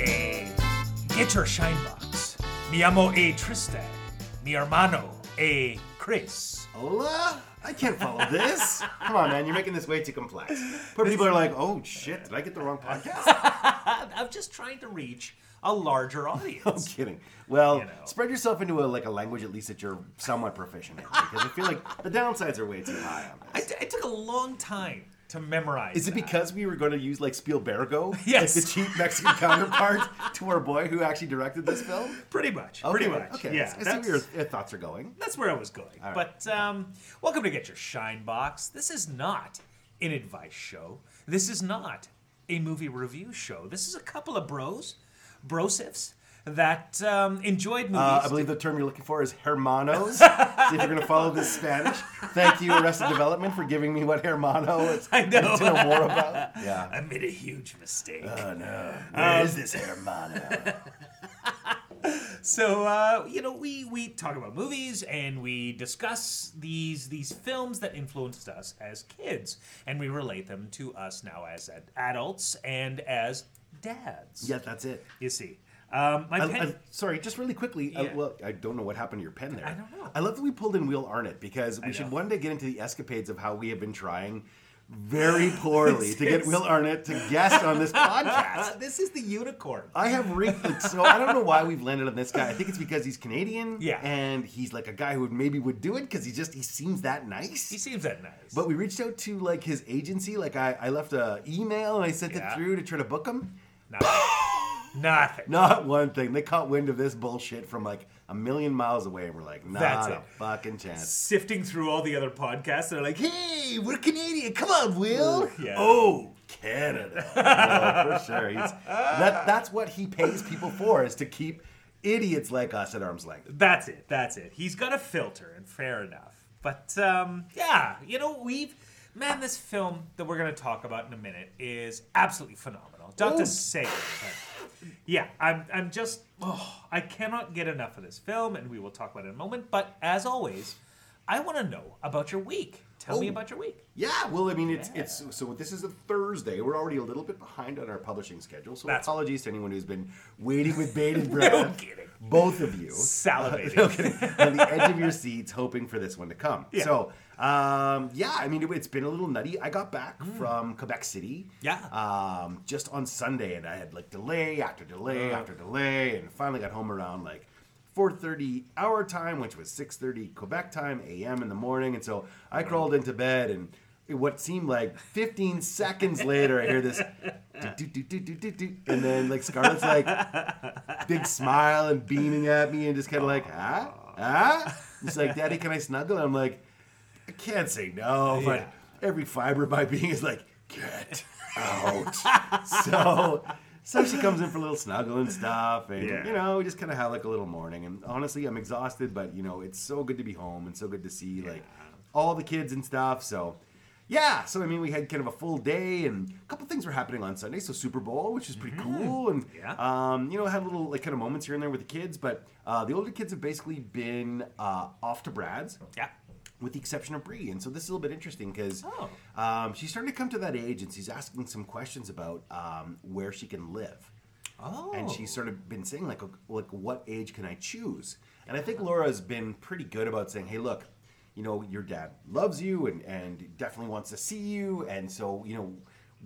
Eh, Sir Shinebox. Mi amo e Triste. Mi hermano e Chris. Hola? I can't follow this. Come on, man. You're making this way too complex. Poor people are like, oh shit, did I get the wrong podcast? I'm just trying to reach a larger I'm audience. kidding. Well, You know. spread yourself into a, like a language at least that you're somewhat proficient in because I feel like the downsides are way too high on I this. t- it took a long time to memorize. Is it that. because we were going to use like Spielbergo Yes. as the cheap Mexican counterpart to our boy who actually directed this film? Pretty much. pretty much. Okay. Yeah. I see where that's- your your thoughts are going. That's where I was going. But um, welcome to Get Your Shine Box. This is not an advice show. This is not a movie review show. This is a couple of bros, brosifs, that um, enjoyed movies. Uh, I believe the term you're looking for is hermanos. if you're going to follow this Spanish, thank you, Arrested Development, for giving me what hermano is I know. to know more about. Yeah. I made a huge mistake. Oh no! Um, Where is this hermano? so uh, you know, we we talk about movies and we discuss these these films that influenced us as kids, and we relate them to us now as ad- adults and as dads. yeah, that's it. You see, um, my I, pen- I, sorry, just really quickly. uh, Yeah. well, I don't know what happened to your pen there. I don't know. I love that we pulled in Will Arnett because we should know. one day get into the escapades of how we have been trying very poorly to get Will Arnett to guest on this podcast. Uh, this is the unicorn. I have reeked. Like, so I don't know why we've landed on this guy. I think it's because he's Canadian. Yeah. And he's like a guy who would maybe would do it because he just he seems that nice. He seems that nice. but we reached out to like his agency. Like I, I left a email and I sent Yeah. it through to try to book him. Nothing. Not one thing. They caught wind of this bullshit from like a million miles away and were like, not That's a it. fucking chance. Sifting through all the other podcasts, they're like, Hey, we're Canadian. Come on, Will. Yeah. Oh, Canada. No, for sure. He's, that, that's what he pays people for is to keep idiots like us at arm's length. That's it. That's it. He's got a filter, and fair enough. But um, yeah, you know, we've man, this film that we're gonna talk about in a minute is absolutely phenomenal. Doctor Ooh. Sagan. but- Yeah, I'm. I'm just. Oh, I cannot get enough of this film, and we will talk about it in a moment. But as always, I want to know about your week. Tell me Oh. about your week. Yeah, well, I mean, it's it's so this is a Thursday. We're already a little bit behind on our publishing schedule, so That's- apologies to anyone who's been waiting with bated breath. kidding. Both of you Salivating. on the edge of your seats, hoping for this one to come. Yeah. So, um, yeah, I mean, it, has been a little nutty. I got back from Quebec City, Mm. Yeah. um, just on Sunday, and I had like delay after delay after delay, and finally got home around like. 4:30 our time, which was 6:30 Quebec time a.m. in the morning, and so Mm. I crawled into bed, and what seemed like 15 seconds later, I hear this, doot, doot, doot, doot, doot, doot, and then like Scarlett's like, big smile and beaming at me and just kind of like, ah, ah. It's like, Daddy, can I snuggle? I'm like, I can't say no, but Yeah. every fiber of my being is like, get out. so, so she comes in for a little snuggle and stuff, and Yeah. you know, we just kind of have like a little morning. And honestly, I'm exhausted, but you know, it's so good to be home and so good to see like all the kids and stuff. So. Yeah, so I mean, we had kind of a full day, and a couple things were happening on Sunday. So Super Bowl, which is pretty cool, and Mm-hmm. Yeah. um, you know, had little like kind of moments here and there with the kids, but uh, the older kids have basically been uh, off to Brad's, Yeah. with the exception of Bree. And so this is a little bit interesting because Oh. um, she's starting to come to that age, and she's asking some questions about um, where she can live. Oh. And she's sort of been saying like, like what age can I choose? And I think Laura's been pretty good about saying, hey, look, you know, your dad loves you and and definitely wants to see you, and so you know,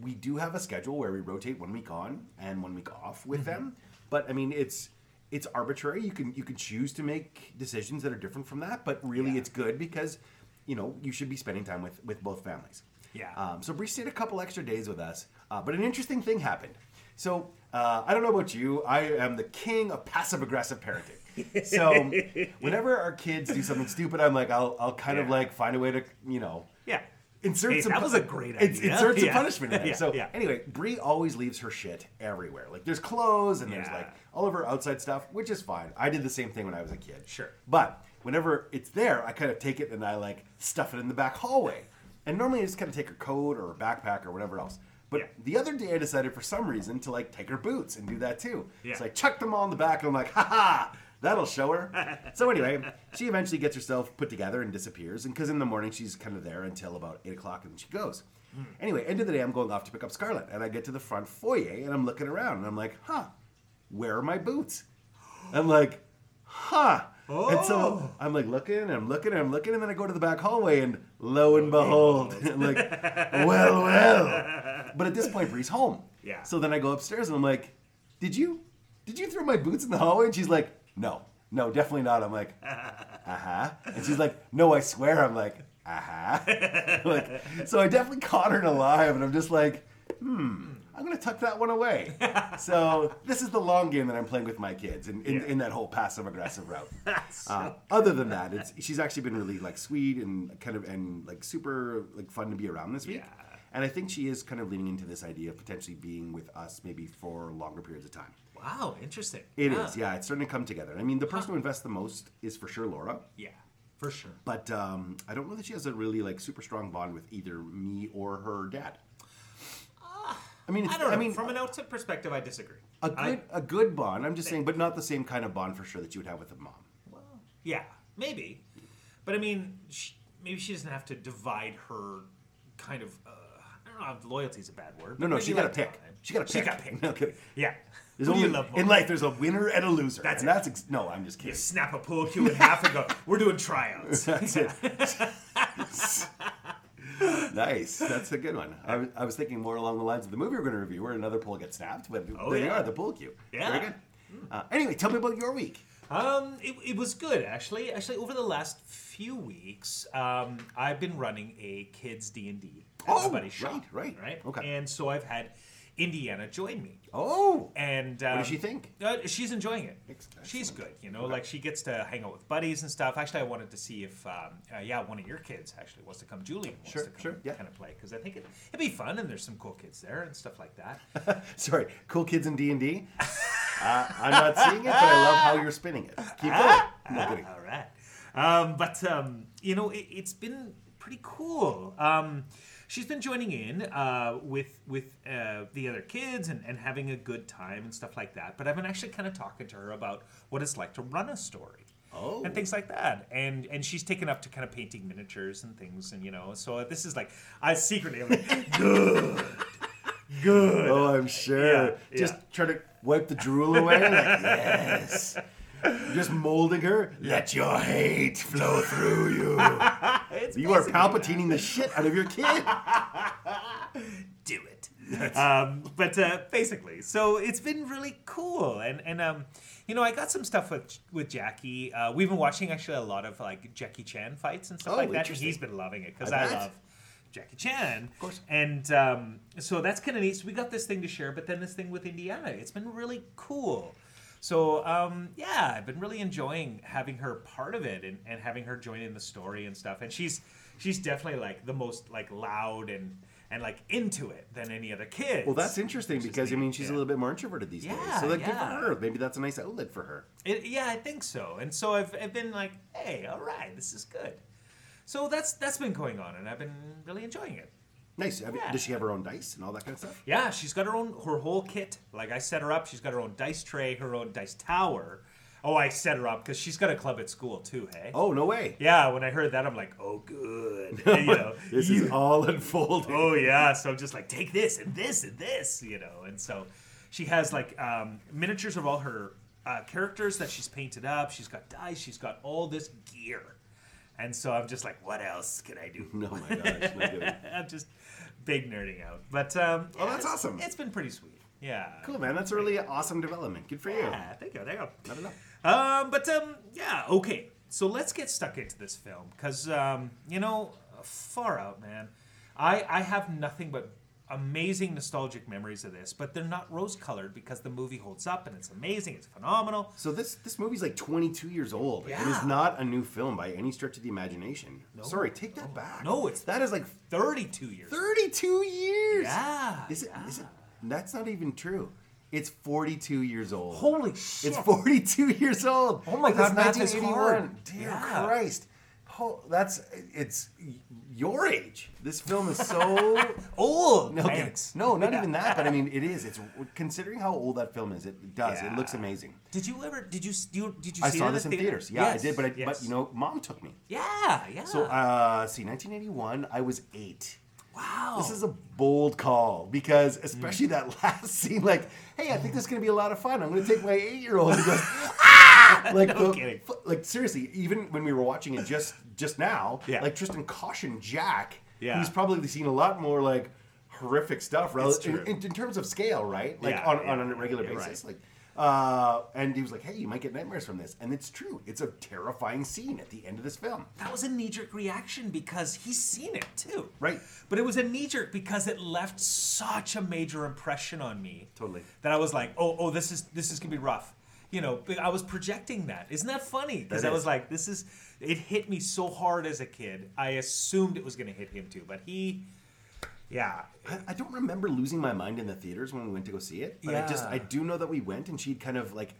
we do have a schedule where we rotate one week on and one week off Mm-hmm. with them. But I mean, it's it's arbitrary. You can you can choose to make decisions that are different from that, but really, Yeah. it's good because you know you should be spending time with with both families. Yeah. Um, so Bree stayed a couple extra days with us, uh, but an interesting thing happened. So uh, I don't know about you, I am the king of passive aggressive parenting. So whenever our kids do something stupid, I'm like, I'll, I'll kind of Yeah. like find a way to, you know, yeah. insert Hey, some. that was a great ins- idea. Insert some Yeah. punishment in there. Yeah, So yeah. anyway, Bree always leaves her shit everywhere. Like there's clothes and there's Yeah. like all of her outside stuff, which is fine. I did the same thing when I was a kid. Sure. But whenever it's there, I kind of take it and I like stuff it in the back hallway. And normally I just kind of take her coat or her backpack or whatever else. But Yeah. the other day I decided for some reason to like take her boots and do that too. Yeah. So I chucked them all in the back and I'm like, ha ha, that'll show her. so anyway, she eventually gets herself put together and disappears. And because in the morning she's kind of there until about eight o'clock and then she goes. Anyway, end of the day, I'm going off to pick up Scarlett. And I get to the front foyer and I'm looking around and I'm like, huh, where are my boots? I'm like, huh. And so I'm like looking and I'm looking and I'm looking, and then I go to the back hallway, and lo and behold, like, well, well. But at this point, Bree's home. Yeah. So then I go upstairs and I'm like, did you, did you throw my boots in the hallway? And she's like, no, no, definitely not. I'm like, uh huh. And she's like, no, I swear. I'm like, uh huh. like, so I definitely caught her in a lie, and I'm just like, I'm gonna tuck that one away. so this is the long game that I'm playing with my kids, in, in, in that whole passive aggressive route. Uh, other than that, it's she's actually been really like sweet and kind of and like super like fun to be around this week. Yeah. And I think she is kind of leaning into this idea of potentially being with us maybe for longer periods of time. Wow, interesting. It is, Huh. yeah, it's starting to come together. I mean, the person who invests the most is for sure Laura, Yeah, for sure. but um, I don't know that she has a really like super strong bond with either me or her dad. I mean, it's, Ah, I don't know. mean, uh, From an outside perspective, I disagree. A I- good, a good bond. I'm just saying, but not the same kind of bond for sure that you would have with a mom. Well, yeah, maybe. But I mean, sh maybe she doesn't have to divide her kind of. Uh, I don't know. if Loyalty's a bad word. No, no, Maybe she got to like pick. time. She got to She pick. got picked. No kidding. Yeah. Who There's do only you love more? in life. There's a winner and a loser. That's and it. that's ex- no. I'm just You kidding. snap a pool cue in half and go. We're doing tryouts. That's it. nice. That's a good one. I was, I was thinking more along the lines of the movie we're going to review, where another pool gets snapped. But Oh, there you yeah. are, the pool cue. Yeah. Hmm. Very good. Uh, anyway, tell me about your week. Um, it, it was good actually. Actually, over the last few weeks, um, I've been running a kids D and D Oh, buddy shop, right, right. right. Okay. And so I've had Indiana join me, Oh, and um, does she think? Uh, she's enjoying it. Excellent. She's good, you know. Like she gets to hang out with buddies and stuff. Actually, I wanted to see if, um, uh, yeah, one of your kids actually wants to come. Julian wants Sure, to come sure, yeah. kind of play because I think it, it'd be fun and there's some cool kids there and stuff like that. sorry. Cool kids in D and D. Uh, I'm not seeing it, but I love how you're spinning it. Keep going. No kidding. Ah, All right. Um, but, um, you know, it, it's been pretty cool. Um, she's been joining in uh, with with uh, the other kids and, and having a good time and stuff like that. But I've been actually kind of talking to her about what it's like to run a story. Oh. And things like that, and and she's taken up to kind of painting miniatures and things, and you know, so this is like I secretly am like, good, good. Oh, I'm sure. Yeah, yeah. Just try to wipe the drool away. Like, yes. Just molding her. Let your hate flow through you. It's you are basically that. palpitating the shit out of your kid. do it. Um, but uh, basically, so it's been really cool, and and um, you know, I got some stuff with with Jackie. Uh, we've been watching actually a lot of like Jackie Chan fights and stuff Oh, like that. And interesting. he's been loving it because I I, bet. love Jackie Chan, of course. And um, so that's kind of neat. So we got this thing to share, but then this thing with Indiana, it's been really cool. So um, yeah, I've been really enjoying having her part of it and, and having her join in the story and stuff. And she's she's definitely like the most like loud and and like into it than any other kid. Well, that's interesting because, I mean, she's a yeah. little bit more introverted these days. Yeah, So, like, good yeah. for her. Maybe that's a nice outlet for her. It, yeah, I think so. And so I've, I've been like, hey, all right, this is good. So that's that's been going on, and I've been really enjoying it. Nice. I mean, Yeah. Does she have her own dice and all that kind of stuff? Yeah, she's got her own her whole kit. Like I set her up. She's got her own dice tray, her own dice tower. Oh, I set her up because she's got a club at school too. Hey. Oh, no way. Yeah, when I heard that, I'm like, oh, good. You know, This you- is all unfolding. oh yeah. So I'm just like, take this and this and this, you know. And so she has like um, miniatures of all her uh, characters that she's painted up. She's got dice. She's got all this gear. And so I'm just like, what else can I do? No, my gosh. No kidding. I'm just big nerding out. But um, Oh, it's- that's awesome. It's been pretty sweet. Yeah. Cool, man. That's a really awesome development. Good for you. Yeah. Thank you. There you go. I don't know. Um, but um, yeah, okay. So let's get stuck into this film because um, you know, far out, man. I I have nothing but amazing nostalgic memories of this, but they're not rose colored because the movie holds up and it's amazing, it's phenomenal. So this this movie's like 22 years old. It is Yeah. not a new film by any stretch of the imagination. Sorry, take that back. No, it's- that is like Thirty-two years. 32 years. Yeah. Is it? Is it? That's not even true. It's 42 years old. Holy shit! It's 42 years old. Oh my This is God, math is 1981. hard. Dear Yeah. Christ. Oh, that's it's your age. This film is so old. No, okay. thanks. no, not even that. But I mean, it is. It's considering how old that film is. It does. It Yeah. looks amazing. Did you ever? Did you? you did you? I see saw it this in the theater? theaters. Yeah, Yes, I did. But I, yes. but you know, mom took me. Yeah. Yeah. So uh, see, 1981. I was eight. wow. Mm-hmm. This is a bold call because, especially that last scene, like, hey, I think this is going to be a lot of fun. I'm going to take my eight year old and goes, like No the- kidding. f- like seriously, even when we were watching it just just now, Yeah. like Tristan cautioned Jack, Yeah. who's probably seen a lot more like horrific stuff rel- It's in, true. in, in terms of scale, right? Like Yeah, on, yeah, on a regular yeah, basis, like. Uh, and he was like, "Hey, you might get nightmares from this," and it's true. It's a terrifying scene at the end of this film. That was a knee jerk reaction because he's seen it too. Right. But it was a knee jerk because it left such a major impression on me. Totally. That I was like, oh, oh, this is this is gonna be rough. You know, but I was projecting that. Isn't that funny? Because That I was is. like, this is. It hit me so hard as a kid. I assumed it was gonna hit him too, but he, yeah, I, I don't remember losing my mind in the theaters when we went to go see it, but I just Yeah. I do know that we went and she'd kind of like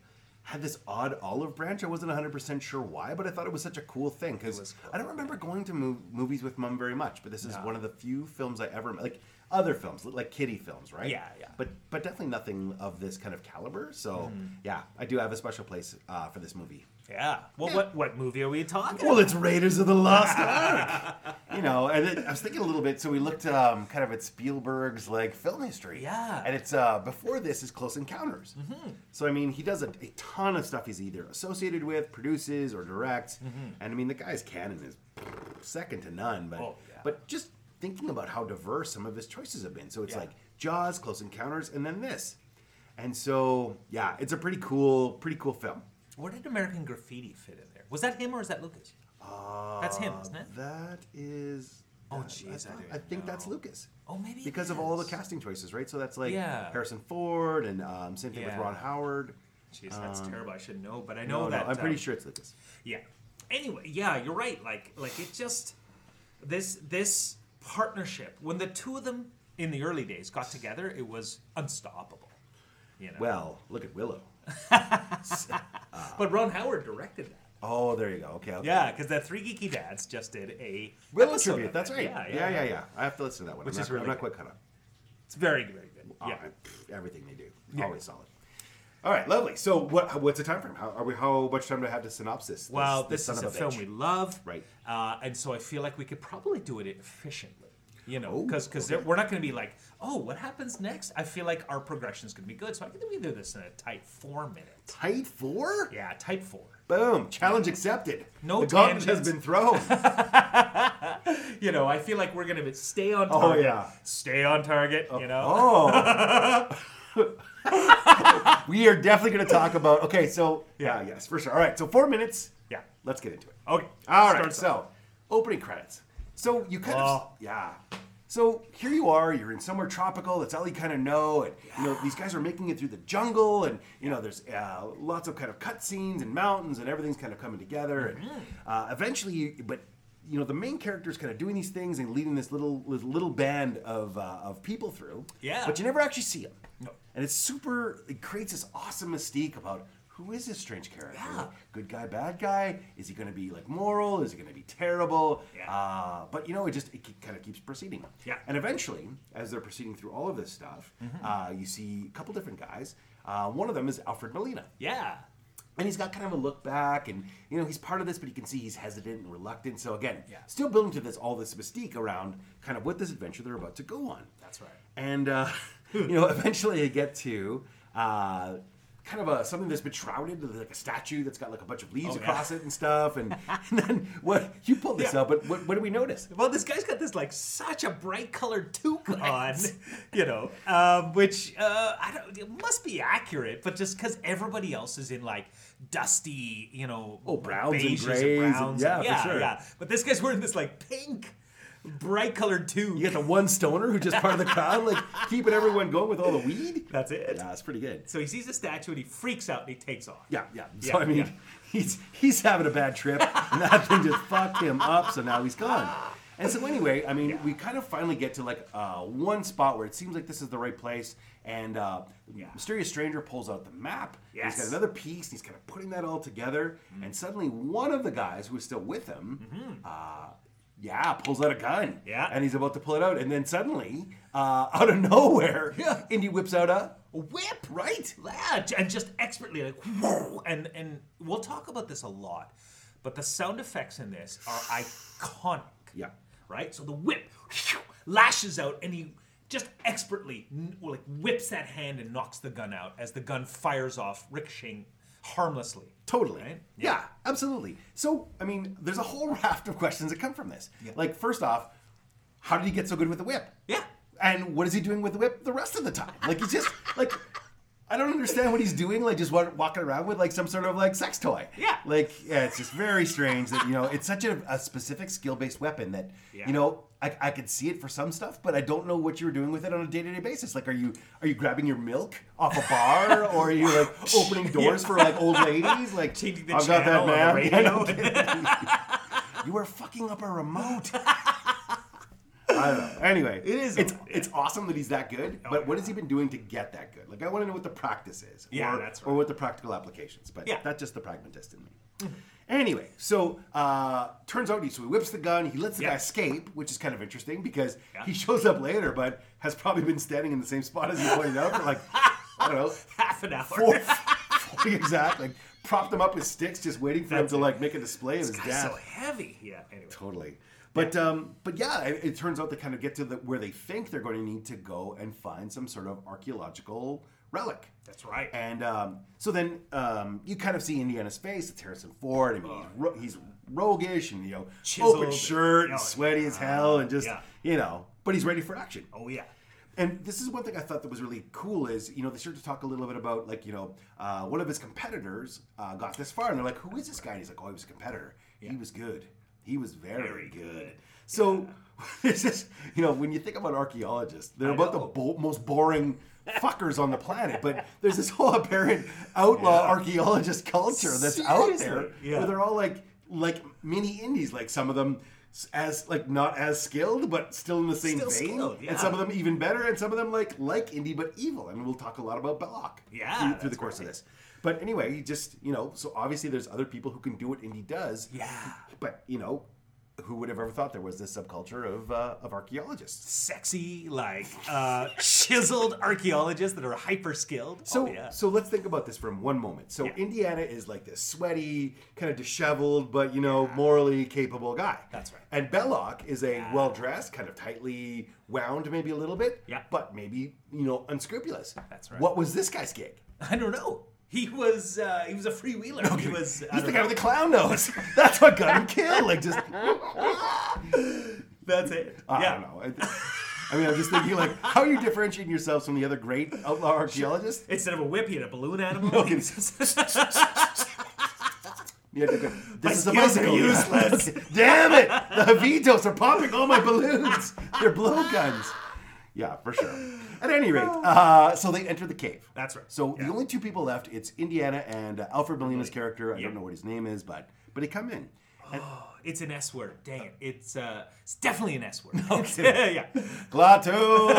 had this odd olive branch. I wasn't 100% sure why, but I thought it was such a cool thing was cuz cool. I don't remember going to mov- movies with mom very much, but this is one of the few films I ever like other films, like kiddie films, right? Yeah, Mm-hmm. yeah. But but definitely nothing of this kind of caliber. So, yeah, I do have a special place uh, for this movie. yeah. Well, what what movie are we talking? Well, it's Raiders of the Lost Ark. you know, and it, I was thinking a little bit. So we looked um, kind of at Spielberg's like film history. Yeah. And it's uh, before this is Close Encounters. So I mean, he does a, a ton of stuff. He's either associated with, produces, or directs. And I mean, the guy's canon is second to none. But Oh, yeah. but just thinking about how diverse some of his choices have been. So it's Yeah. like Jaws, Close Encounters, and then this. And so yeah, it's a pretty cool, pretty cool film. Where did American Graffiti fit in there? Was that him or is that Lucas? That's him, isn't it? Uh, That is. Oh, uh, jeez, I thought- didn't I, think know. that's Lucas. Oh, maybe it because of all the is. casting choices, right? So that's like Yeah. Harrison Ford and um, same thing Yeah. with Ron Howard. Jeez, that's terrible. I should know, but I Um, No, know no, that. I'm pretty um, sure it's Lucas. Yeah. Anyway, yeah, you're right. Like like it just this this partnership when the two of them in the early days got together, it was unstoppable. You know. Well, look at Willow. but Ron Howard directed that. Oh, there you go. Okay. okay. Yeah, because the three geeky dads just did a Willow episode tribute. of That's it. right. Yeah, yeah, yeah, yeah, I have to listen to that one. Which I'm is not, really I'm not good. quite caught up. It's very very good. Uh, Yeah. pff, everything they do, always solid. All right, lovely. So, what what's the time frame? How are we? How much time do I have to synopsis? This, Well, this, son is a, of film bitch? we love, Right. Uh, and so I feel like we could probably do it efficiently, you know, Oh, because we're not going to be like, oh, what happens next? I feel like our progression is going to be good, so I think we can do this in a tight four minutes. Tight four. Yeah, type four. Boom! Challenge accepted. No the gauntlet has tangents. been thrown. You know, I feel like we're going to stay on Oh, target. yeah. Stay on target. You know. Oh. we are definitely going to talk about. Okay, so yeah, yes, for sure. All right, so four minutes. Yeah. let's get into it. Okay. All start right, us so off. Oh. opening credits. So you kind of Wow. yeah. So here you are. You're in somewhere tropical. That's all you kind of know. And you know these guys are making it through the jungle, and you know there's uh, lots of kind of cutscenes and mountains, and everything's kind of coming together. Mm-hmm. And uh, eventually, you, but you know the main character's kind of doing these things and leading this little this little band of uh, of people through. Yeah. But you never actually see them. No. And it's super. It creates this awesome mystique about. Who is this strange character? Yeah. Good guy, bad guy? Is he going to be like moral? Is he going to be terrible? Yeah. Uh, but you know, it just it kind of keeps proceeding. Yeah. Mm-hmm. And eventually, as they're proceeding through all of this stuff, uh, you see a couple different guys. Uh, one of them is Alfred Molina, Yeah. and he's got kind of a look back, and you know he's part of this, but you can see he's hesitant and reluctant. So again, Yeah. still building to this all this mystique around kind of what this adventure they're about to go on. That's right. And uh, you know, eventually they get to uh, kind of a something that's been shrouded, like a statue that's got like a bunch of leaves Oh, yeah. across it and stuff. And, and then what you pulled this Yeah. up, but what, what do we notice? Well, this guy's got this like such a bright colored toque on, you know, um, which uh, I don't. It must be accurate, but just because everybody else is in like dusty, you know, Oh, browns and beiges grays and- browns yeah, for yeah, sure. yeah. But this guy's wearing this like pink, bright colored toque. You got the one stoner who just part of the crowd, like keeping everyone going with all the weed. That's it. Yeah, it's pretty good. So he sees a statue and he freaks out and he takes off. Yeah, yeah. So Yeah, I mean, yeah. he's he's having a bad trip, and that thing just fucked him up. So now he's gone. And so anyway, I mean, we kind of finally get to like uh, one spot where it seems like this is the right place, and uh, Yeah. mysterious stranger pulls out the map. Yes. Mm-hmm. He's got another piece. And he's kind of putting that all together, and suddenly one of the guys who is still with him. Uh, yeah, pulls out a gun. Yeah. And he's about to pull it out. And then suddenly, uh, out of nowhere, Yeah. Indy whips out a. A whip, right? Yeah, and just expertly like whoa, and and we'll talk about this a lot, but the sound effects in this are iconic. Yeah. Right. So the whip lashes out, and he just expertly n- like whips that hand and knocks the gun out as the gun fires off, ricocheting harmlessly. Totally. Right? Yeah. absolutely. So, I mean, there's a whole raft of questions that come from this. Like, first off, how did he get so good with the whip? Yeah. And what is he doing with the whip the rest of the time? Like, he's just, like, I don't understand what he's doing, like, just wa- walking around with, like, some sort of, like, sex toy. Yeah. Like, yeah, it's just very strange that, you know, it's such a, a specific skill based weapon that, Yeah. you know, I, I could see it for some stuff, but I don't know what you were doing with it on a day-to-day basis. Like, are you are you grabbing your milk off a bar, or are you like opening doors for like old ladies? Like, Changing the channel on the Yeah, no kidding. you are fucking up a remote. I don't know. Anyway, It is Oh, It's odd, it's awesome that he's that good, but what has he been doing to get that good? Like, I want to know what the practice is, Yeah, or, that's or what the practical applications. But Yeah. that's just the pragmatist in me. Anyway, so uh, turns out he so he whips the gun. He lets the Yeah. guy escape, which is kind of interesting because Yeah. he shows up later, but has probably been standing in the same spot as you pointed out for like I don't know Half an hour. four, four exact, like propped him up with sticks, just waiting for That's him it. to like make a display of his Guy's death. so heavy. Yeah. Anyway. Totally. But um, but yeah, it, it turns out they kind of get to the where they think they're going to need to go and find some sort of archaeological relic. That's right. And um, so then um, you kind of see Indiana's face. It's Harrison Ford. I mean, he's, ro- he's roguish and you know, open Oh. Chiseled. shirt Yeah. and sweaty as hell, and just Yeah. you know, but he's ready for action. Oh yeah. And this is one thing I thought that was really cool is, you know, they started to talk a little bit about, like, you know, uh, one of his competitors uh, got this far. And they're like, who is this guy? And he's like, oh, he was a competitor. He was good. He was very, Very good. good. So it's just, you know, when you think about archaeologists, they're about the know. bo- most boring fuckers on the planet. But there's this whole apparent outlaw archaeologist culture that's out there Seriously, yeah. where they're all like, like mini indies, like some of them s- as like not as skilled but still in the same Still vein skilled, and yeah. some of them even better, and some of them like like indie but evil. And we'll talk a lot about Belloc Yeah, through, through the that's course of this. But anyway, you just you know, so obviously there's other people who can do what indie does. Yeah. But you know, who would have ever thought there was this subculture of uh, of archaeologists? Sexy, like uh, chiseled archaeologists that are hyper skilled. So oh, yeah. so let's think about this from one moment. So Yeah. Indiana is like this sweaty, kind of disheveled, but you know, morally capable guy. That's right. And Belloc is a well dressed, kind of tightly wound, maybe a little bit. Yeah. But maybe you know, unscrupulous. That's right. What was this guy's gig? I don't know. He was uh, he was a freewheeler. He was. I He's don't the know. guy with the clown nose. That's what got him killed. Like just, That's it. I yeah. don't know. I, I mean, I'm just thinking like, how are you differentiating yourselves from the other great outlaw archaeologists? Instead of a whip, he had a balloon animal. Okay. You had to go, this is a skills are bicycle. useless. Damn it! The Havitos are popping all my balloons. They're blowguns. Yeah, for sure. At any rate, uh, so they enter the cave. Oh. That's right. So Yeah. the only two people left, it's Indiana and uh, Alfred Molina's character. I Yeah. don't know what his name is, but but they come in. It's an S word. Dang it. It's uh, it's definitely an S word. kidding. yeah. Glatu,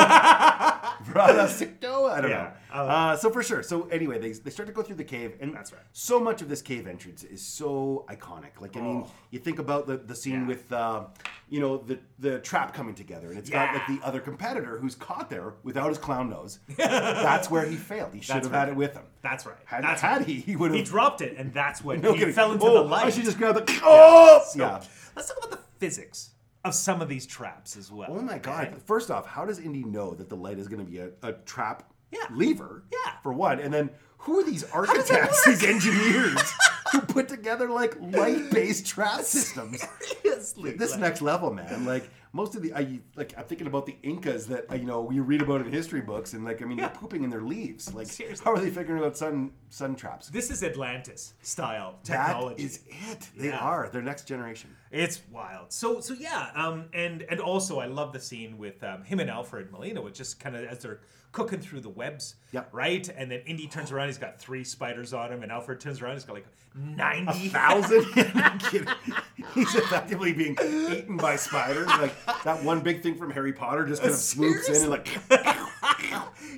Brother I don't Yeah, know. Uh, so for sure. So anyway, they, they start to go through the cave, and That's right. So much of this cave entrance is so iconic. Like I mean, Oh. you think about the, the scene Yeah. with uh, you know the the trap coming together, and it's got like Yeah. the other competitor who's caught there without his clown nose. That's where he failed. He should have had right. it with him. That's right. Had, That's had right. he, he would have. He dropped it, and that's when no he kidding. fell into oh, the I light. should just grab the. Oh, So, yeah. Let's talk about the physics of some of these traps as well. Oh my god! First off, how does Indy know that the light is going to be a, a trap Yeah. lever? Yeah. For one, and then who are these does that architects, these engineers who put together like light-based trap systems? Seriously. This like- next level, man. Like most of the, I like I'm thinking about the Incas that uh, you know you read about in history books, and like I mean Yeah. they're pooping in their leaves. Like Seriously. how are they figuring out sun sun traps? This is Atlantis style That technology. is it. They Yeah. are. They're next generation. It's wild. So so yeah, um, and and also I love the scene with um, him and Alfred Molina, which just kind of as they're cooking through the webs, Yep. right? And then Indy turns around, he's got three spiders on him, and Alfred turns around, he's got like ninety thousand. I'm kidding. He's effectively being eaten by spiders. Like that one big thing from Harry Potter just kind of swoops in and like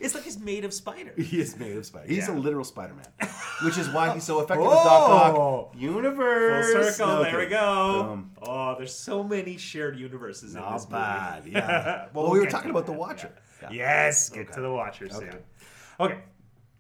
It's like he's made of spiders. he is made of spiders. He's Yeah. a literal Spider Man, which is why he's so effective as Doc Oh. Ock. Universe Full circle. Okay. There we go. Boom. Oh, there's so many shared universes in this movie. Not bad. Yeah. well, we'll we were get talking to about the Watcher. Yes, get Okay. to the Watcher soon. Okay. Okay,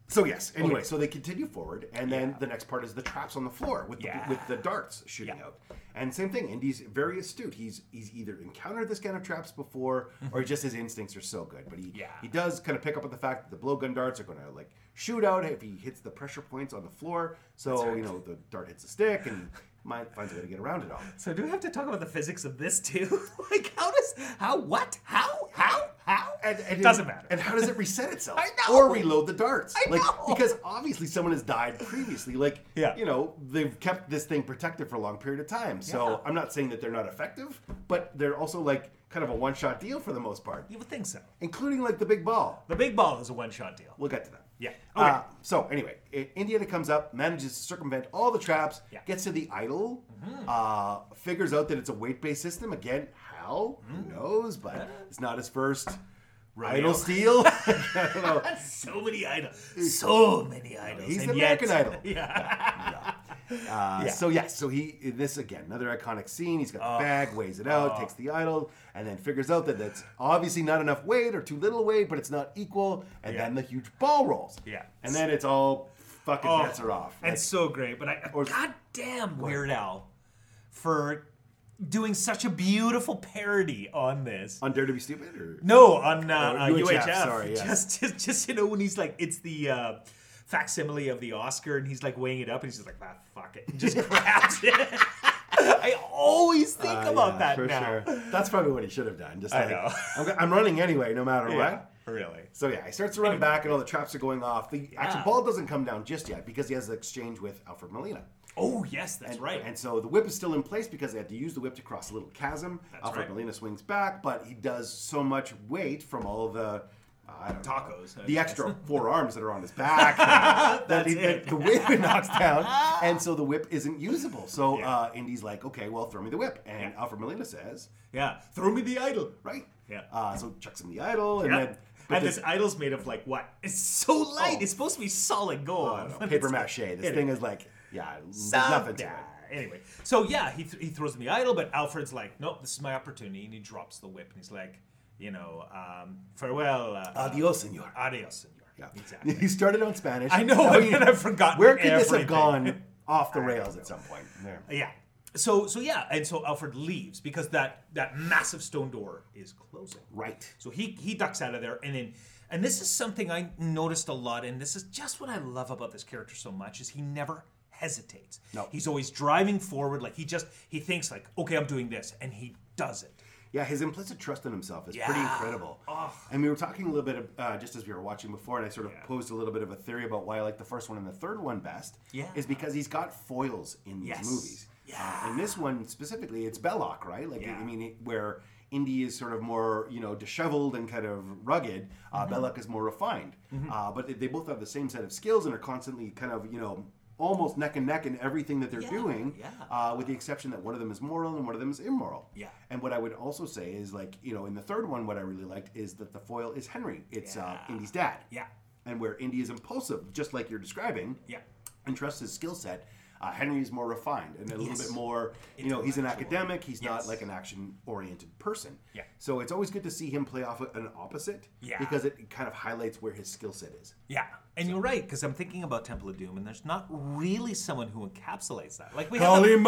So yes. Anyway, Okay. so they continue forward, and then the next part is the traps on the floor with the, Yeah. with the darts shooting Yeah. out. And same thing. Indy's very astute. He's he's either encountered this kind of traps before, or just his instincts are so good. But he Yeah. he does kind of pick up on the fact that the blowgun darts are going to like shoot out if he hits the pressure points on the floor. So you know the dart hits a stick, and he might finds a way to get around it all. So do we have to talk about the physics of this too? like how does how what how how how? And, and Doesn't matter. And how does it reset itself? I know. Or reload the darts. I like, know. Because obviously someone has died previously. Like, Yeah. you know, they've kept this thing protected for a long period of time. So Yeah. I'm not saying that they're not effective, but they're also like kind of a one shot deal for the most part, you would think so. including like the big ball. The big ball is a one-shot deal. We'll get to that. Yeah. Okay. Uh, so anyway, I- Indiana comes up, manages to circumvent all the traps, Yeah. Mm-hmm. gets to the idol, uh, figures out that it's a weight-based system. Again, how? Who knows? But it's not his first Mm-hmm. Rodeo. idol steal. I don't know. That's so many idols. So many idols. He's and the yet- American Idol. Yeah. Uh, Yeah. Oh. So yes, so he this again another iconic scene. He's got the bag, weighs it out, takes the idol, and then figures out that that's obviously not enough weight or too little weight, but it's not equal. And Yeah. then the huge ball rolls. Yeah. and then it's all fucking Oh, bets are off. And so great, but I goddamn Weird Al for doing such a beautiful parody on this. on Dare to Be Stupid. Or? No, on uh, Oh, uh, UHF. UHF, sorry, yeah. Just, just, just you know when he's like, it's the uh, facsimile of the Oscar, and he's like weighing it up, and he's just like, ah, fuck it, and just grabs it. I always think Uh, about yeah, that now. That's probably what he should have done. Just I like, know. I'm, go- I'm running anyway, no matter Yeah, what. really. So yeah, he starts to run back, and all the traps are going off. The actual Yeah. ball doesn't come down just yet because he has an exchange with Alfred Molina. Oh yes, that's right. And so the whip is still in place because they had to use the whip to cross a little chasm. Alfred right. Molina swings back, but he does so much weight from all the uh, I don't know, Tacos, I the guess. extra forearms that are on his back, that, he, that it. the whip knocks down, and so the whip isn't usable. So Yeah. uh, Indy's like, okay, well, throw me the whip, and Alfred Molina says, yeah, throw me the idol. right, Yeah. Uh, so chucks him the idol, and Yeah. then but and this- this idol's made of like what? It's so light. Oh. It's supposed to be solid gold. I don't know, paper mache. This thing is like, yeah, there's nothing to it. Anyway, so yeah, he, th- he throws him the idol, but Alfred's like, nope, this is my opportunity, and he drops the whip, and he's like, you know, um, farewell, uh, Adios, senor. adios, senor. Yeah. exactly. You started on Spanish. I know, Now and you- then I've forgotten Where could this everything. have gone off the rails at some point? There. Yeah. So so yeah, and so Alfred leaves because that that massive stone door is closing. Right. So he he ducks out of there, and then and this is something I noticed a lot, and this is just what I love about this character so much is he never hesitates. No. He's always driving forward, like he just he thinks like, okay, I'm doing this, and he does it. Yeah, his implicit trust in himself is pretty Yeah. incredible. And we were talking a little bit, of, uh, just as we were watching before, and I sort of posed a little bit of a theory about why I like the first one and the third one best. Yeah. Is because he's got foils in these Yes. movies. Yeah. Uh, in this one specifically, it's Belloc, right? Like, Yeah. I mean, it- where Indy is sort of more, you know, disheveled and kind of rugged. Uh, Mm-hmm. Belloc is more refined. Uh, but they- they both have the same set of skills and are constantly kind of, you know, almost neck and neck in everything that they're Yeah, doing. yeah. Uh, with the exception that one of them is moral and one of them is immoral. Yeah. And what I would also say is like, you know, in the third one, what I really liked is that the foil is Henry. It's uh, Yeah. Indy's dad. Yeah. And where Indy is impulsive, just like you're describing, Yeah. and trusts his skill set, uh, Henry is more refined and a little Yes. bit more, you know, he's an Intellectual. academic. He's not Yes. like an action oriented person. Yeah. So it's always good to see him play off an opposite Yeah. because it kind of highlights where his skill set is. Yeah, and you're right because I'm thinking about Temple of Doom, and there's not really someone who encapsulates that. Like we have the- Kalima!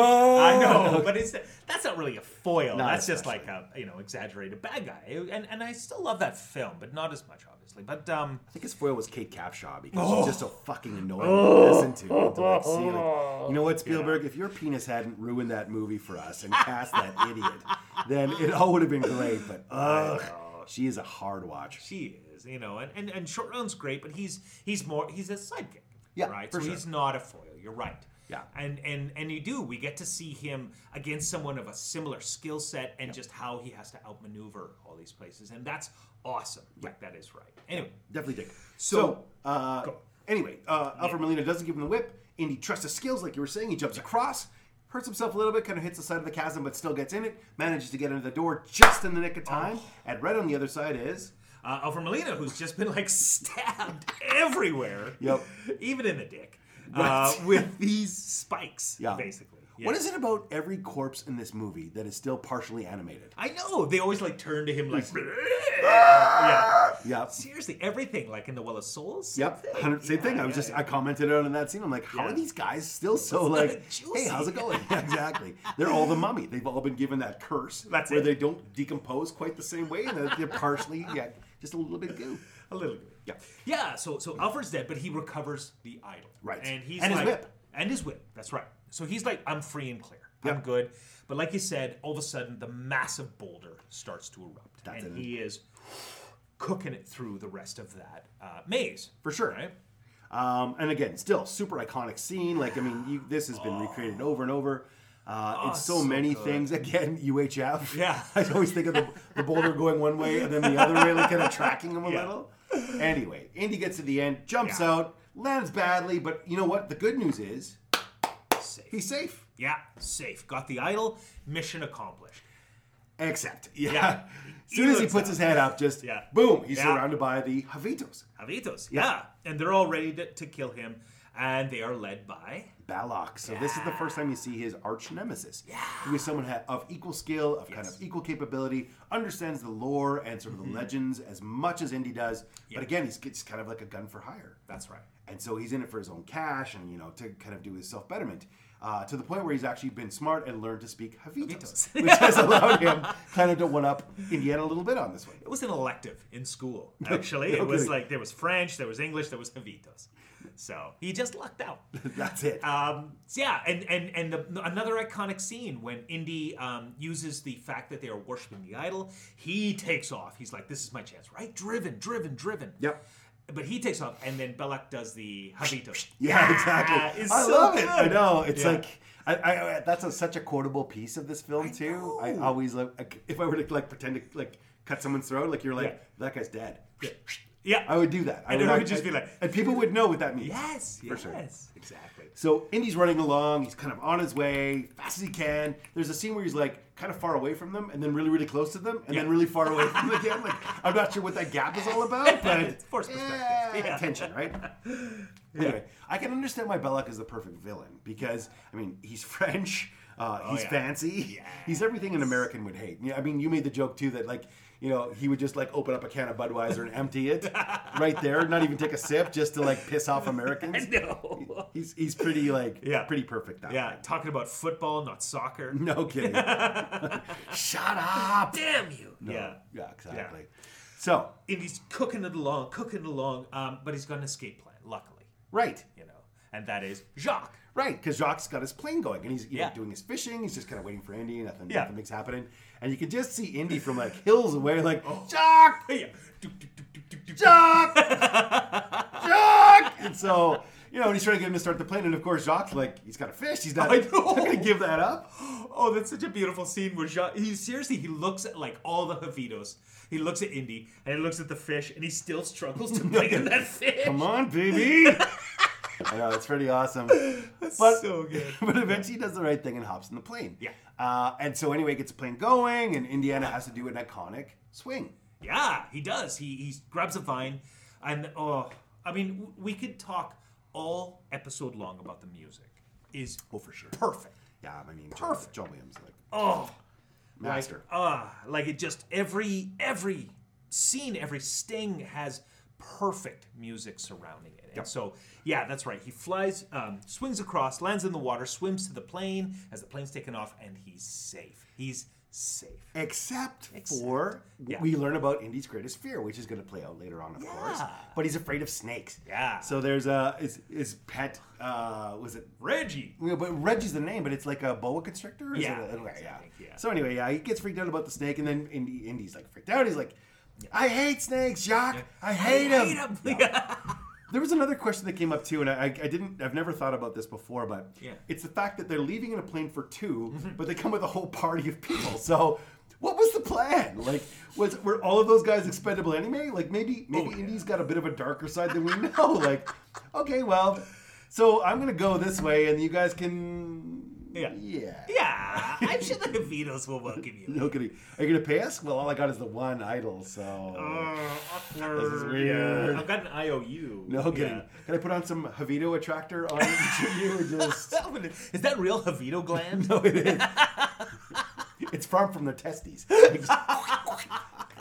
I know, but it's that's not really a foil. Not that's just especially. like a you know exaggerated bad guy. And and I still love that film, but not as much obviously. But um, I think his foil was Kate Capshaw because she's just so fucking annoying to listen to. and to like see, like, you know what, Spielberg? If your penis hadn't ruined that movie for us and cast that idiot, then it all would have been great. But ugh, she is a hard watch. she is you know, and and, and short round's great, but he's he's more he's a sidekick. Yeah, right. for so sure. he's not a foil. You're right. Yeah. and and and you do. We get to see him against someone of a similar skill set and just how he has to outmaneuver all these places, and that's awesome. Like that is right. Anyway, Definitely dick. So, So- uh, anyway, uh, Alfred Molina doesn't give him the whip. Indy trusts his skills, like you were saying. He jumps across, hurts himself a little bit, kind of hits the side of the chasm, but still gets in it. Manages to get into the door just in the nick of time. And right on the other side is. uh, Alfred Molina, who's just been like stabbed everywhere, Yep. even in the dick, uh, Right. with these spikes, Yeah. basically. What is it about every corpse in this movie that is still partially animated? I know. They always like turn to him like. yeah. Yep. Seriously, everything like in the Well of Souls. same Yep, 100 same Yeah, thing. I was yeah, just yeah. I commented on in that scene. I'm like, how Yeah. are these guys still so It's like? not Hey, how's it going? Yeah, exactly. They're all the mummy. They've all been given that curse That's where it. they don't decompose quite the same way, and they're, they're partially yeah, just a little bit goo. a little bit. Yeah, Yeah, so so Alfred's dead, but he recovers the idol. Right. And he's And his like, whip. And his whip. That's right. So he's like, I'm free and clear. I'm Yep. good. But like you said, all of a sudden the massive boulder starts to erupt. That's and it. he is cooking it through the rest of that uh, maze. for sure. Right? Um, and again, still super iconic scene. Like I mean, you, this has been recreated over and over. Uh, in Oh, so, so many good. things. Again, UHF. Yeah. I always think of the, the boulder going one way and then the other way, like kind of tracking him a little. Anyway, Indy gets to the end, jumps Yeah. out, lands badly, but you know what? The good news is Safe. he's safe. Yeah, safe. Got the idol. Mission accomplished. Except, yeah. Yeah. As soon as he looks puts up. his head up, just Yeah. boom, he's Yeah. surrounded by the Javitos. Javitos. Yeah. And they're all ready to, to kill him. And they are led by. Balak. So this is the first time you see his arch nemesis. Yeah. Who is someone ha- of equal skill, of kind of equal capability, understands the lore and sort of the legends as much as Indy does. But again, he's it's kind of like a gun for hire. That's right. And so he's in it for his own cash and, you know, to kind of do his self betterment. Uh, to the point where he's actually been smart and learned to speak Javitos, Javitos. which has allowed him kind of to one up Indiana a little bit on this one. It was an elective in school, actually. no it was kidding. like there was French, there was English, there was Javitos. So he just lucked out. That's it. Um, so yeah, and and and the, another iconic scene when Indy um, uses the fact that they are worshiping the idol. He takes off. He's like, "This is my chance, right? Driven, driven, driven." Yep. But he takes off, and then Belak does the Javitos. Yeah, exactly. it's I so love it. good. I know. It's Yeah. like I, I, I that's a, such a quotable piece of this film too. I know. always like like, if I were to like pretend to like cut someone's throat, like you're like Yeah. that guy's dead. Yeah. I would do that. I And it would act- just be like- and people would know what that means. yes. for yes. sure. Exactly. So Indy's running along. He's kind of on his way, fast as he can. There's a scene where he's like kind of far away from them, and then really, really close to them, and Yeah. then really far away from them again. Like I'm not sure what that gap is all about, but It's forced perspective. Yeah. tension, right? Anyway, I can understand why Belloc is the perfect villain because I mean he's French, uh, he's Oh, yeah. fancy, he's everything an American would hate. Yeah, I mean you made the joke too that like. You know, he would just like open up a can of Budweiser and empty it right there, not even take a sip, just to like piss off Americans. No. He's he's pretty like Yeah. pretty perfect that Yeah, way. talking about football, not soccer. No kidding. Shut up. Damn you. Yeah. Yeah, exactly. So, And he's cooking it along, cooking it along, um, but he's got an escape plan, luckily, right. you know. And that is Jacques. Right, because Jacques got his plane going and he's you know, Yeah. doing his fishing. He's just kind of waiting for Indy. Nothing, Yeah. nothing big's happening. And you can just see Indy from like hills away, like, Oh. Jacques! Yeah. Do, do, do, do, do, do. Jacques! Jacques! And so, you know, and he's trying to get him to start the plane. And of course, Jacques, like, he's got a fish. He's not, I he's not know. going to give that up. Oh, that's such a beautiful scene where Jacques, he seriously, he looks at like all the Javitos. He looks at Indy and he looks at the fish and he still struggles to bring in that fish. Come on, baby! I know, it's pretty awesome. But- so good. but eventually he does the right thing and hops in the plane. Yeah. Uh, and so anyway, gets the plane going, and Indiana has to do an iconic swing. Yeah, he does. He he grabs a vine, and oh, I mean, w- we could talk all episode long about the music. Is Oh, for sure. perfect. Yeah, I mean, Perfect. John, John Williams, like Oh, master. ah, like it just every every scene, every sting has perfect music surrounding it. And so, yeah, that's right. He flies, um, swings across, lands in the water, swims to the plane as the plane's taken off, and he's safe. He's safe. Except, for yeah. we learn about Indy's greatest fear, which is going to play out later on, of course. Yeah. But he's afraid of snakes. Yeah. So there's a his, his pet. Uh, was it? Reggie. Well, But Reggie's the name, but it's like a boa constrictor. Is Yeah. It a, okay, yeah. Something, yeah. So anyway, yeah, he gets freaked out about the snake, and then Indy, Indy's like freaked out. He's like, "I hate snakes, Jacques. I hate Hate him. him. Yeah. There was another question that came up too, and I, I didn't, I've never thought about this before, but Yeah. it's the fact that they're leaving in a plane for 2 but they come with a whole party of people. So, what was the plan? Like, was were all of those guys expendable anyway? Like, maybe maybe Indy's got a bit of a darker side than we know. like, okay, well, so I'm gonna go this way, and you guys can Yeah. Yeah. Yeah. I'm sure the Vitos will welcome you. No kidding. Are you gonna pay us? Well, all I got is the one idol, so Uh, Oh, awkward. This is weird. I've got an IOU. no kidding. Can I put on some Javito attractor on each of you? and Just Is that real Javito gland? no, it is. it's farm from the testes. Like,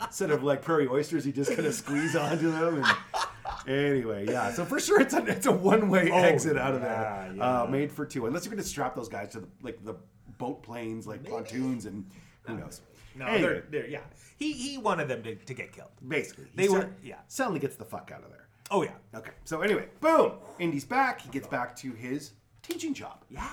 instead of like prairie oysters, you just kind of squeeze onto them. And anyway, yeah. So for sure, it's a it's a one way exit out of yeah, there, Oh, yeah. Uh, made for two. Unless you're gonna strap those guys to the, like the boat planes, like pontoons, and who knows. No, Anyway. they're, they're, yeah. He he wanted them to, to get killed. Basically, he They were- sell- yeah. Suddenly gets the fuck out of there. Oh yeah. Okay, so anyway, boom, Indy's back. He gets back to his teaching job, Yeah,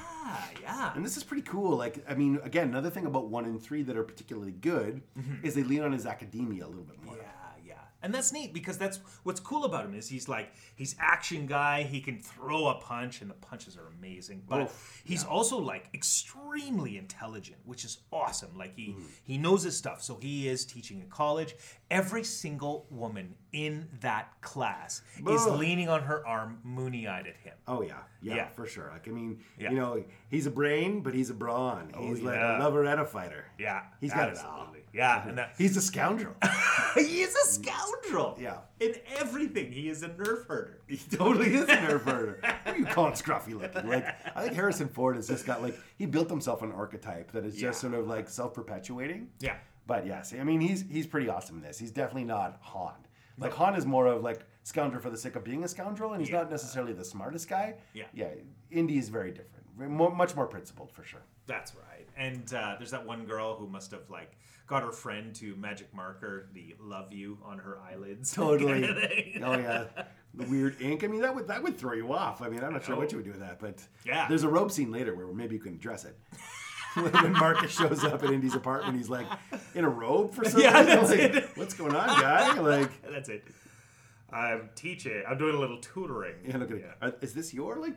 yeah. and this is pretty cool. Like, I mean, again, another thing about one and three that are particularly good is they lean on his academia a little bit more. Mm-hmm. Yeah, yeah. And that's neat because that's what's cool about him is he's like he's action guy, he can throw a punch and the punches are amazing, but Oof, he's also like extremely intelligent, which is awesome. Like he he knows his stuff. So he is teaching in college. Every single woman in that class is Ugh. leaning on her arm moony-eyed at him. Oh yeah, yeah, Yeah. for sure. Like, I mean, Yeah. Oh, you know, he's a brain, but he's a brawn. He's like yeah. a lover and a fighter. Yeah. he's got it all. absolutely. Yeah, and that He's a scoundrel. He is a scoundrel. Yeah. In everything, he is a nerf herder. he totally is a nerve herder. Who are you calling scruffy looking? Like, I think Harrison Ford has just got like he built himself an archetype that is just Yeah. sort of like self perpetuating. Yeah. But yes, I mean he's he's pretty awesome in this. He's definitely not Han. Like Han is more of like scoundrel for the sake of being a scoundrel, and he's not necessarily the smartest guy. Yeah. Yeah. Indy is very different. Very- More, much more principled for sure. That's right. And uh, there's that one girl who must have like got her friend to magic marker the love you on her eyelids. Totally. Kind of thing. oh yeah. The weird ink. I mean that would that would throw you off. I mean I'm not sure what you would do with that, but Oh. Yeah. There's a rope scene later where maybe you can dress it. when Marcus shows up at Indy's apartment, he's like in a robe for some Yeah, reason. that's Like, it. What's going on, guy? Like That's it. I'm teaching. I'm doing a little tutoring. Yeah, look at it. Are- Is this your like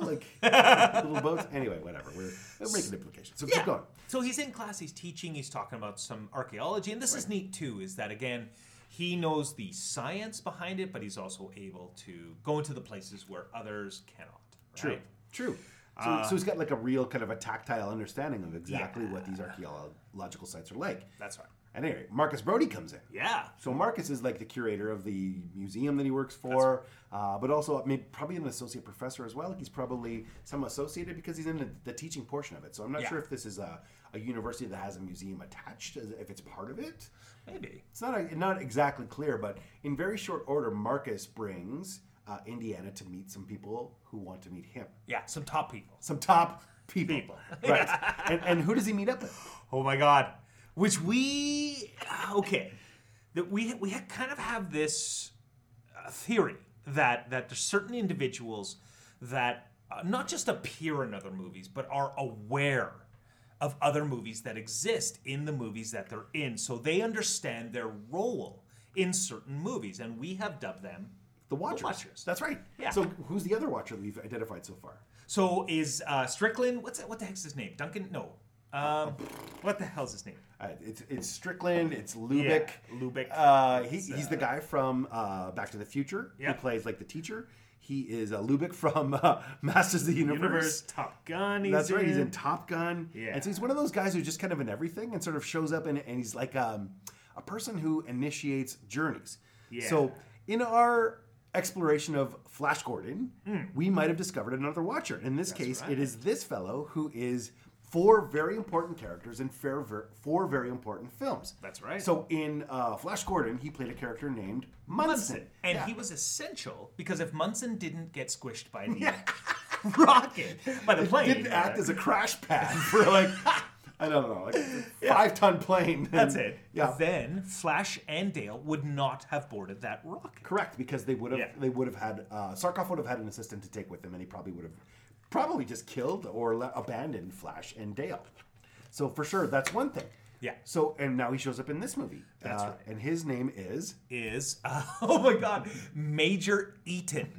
like little boats? Anyway, whatever. We're, we're making implications. So keep going. So he's in class, he's teaching, he's talking about some archaeology, and this is neat too, is that again, he knows the science behind it, but he's also able to go into the places where others cannot. True. right? True. So, Uh, so he's got like a real kind of a tactile understanding of exactly what these archaeological sites are like. That's right. At any rate, Marcus Brody comes in. Yeah. So Marcus is like the curator of the museum that he works for, uh, but also I mean, probably an associate professor as well. Like he's probably some associated because he's in the, the teaching portion of it. So I'm not Yeah. sure if this is a, a university that has a museum attached, as- if it's part of it. Maybe. It's not uh, not exactly clear, but in very short order, Marcus brings uh, Indiana to meet some people who want to meet him. Yeah, some top people. Some top people, People. right? and, and who does he meet up with? Oh my god. Which we uh, okay. That we we ha- kind of have this uh, theory that that there's certain individuals that uh, not just appear in other movies but are aware of other movies that exist in the movies that they're in. So they understand their role in certain movies and we have dubbed them The Watchers. Watchers. That's right. Yeah. So who's the other Watcher that we've identified so far? so is uh, Strickland what's that, what the heck's his name? Duncan? No. Um, what the hell's his name? Uh, it's it's Strickland. It's Lubick. Yeah, Lubick. Uh, he, he's the guy from uh, Back to the Future. Yeah. He plays like the teacher. He is uh, Lubick from uh, Masters of the Universe. Universe Top Gun. He's That's right. He's in. in Top Gun. Yeah. And so he's one of those guys who's just kind of in everything and sort of shows up and, and he's like um, a person who initiates journeys. Yeah. So in our exploration of Flash Gordon, Hmm. we might have discovered another Watcher. In this case, it is this fellow who is four very important characters in fair ver- four very important films. That's right. So in uh, Flash Gordon, he played a character named Munson. Munson. And Yeah. he was essential because if Munson didn't get squished by the rocket, by the plane, didn't act as a crash pad for like I don't know, like five ton plane. that's it. Yeah, Then Flash and Dale would not have boarded that rocket. correct. Because they would have Yeah. they would have had uh, Sarkoff would have had an assistant to take with him, and he probably would have probably just killed or le- abandoned Flash and Dale. So for sure, that's one thing. Yeah. So and now he shows up in this movie. Uh, That's right. And his name is Is uh, oh my god, Major Eaton.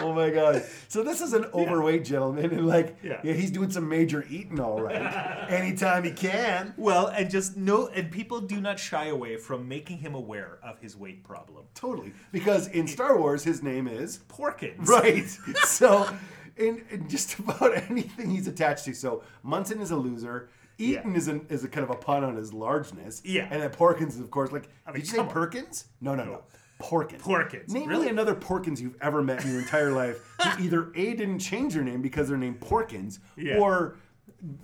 oh my god! So this is an overweight gentleman, and like, yeah. Yeah. he's doing some major eating all right, anytime he can. Well, and just no, and people do not shy away from making him aware of his weight problem. Totally, because in Star Wars, his name is Porkins. right. so, in, in just about anything he's attached to. So Munson is a loser. Eaton is, an, is a kind of a pun on his largeness. Yeah. And then Porkins is, of course, like, mean, did you say come on. Perkins? No, no, no. Porkins. Porkins, Name really? another Porkins you've ever met in your entire life who either A, didn't change their name because they're named Porkins Yeah. or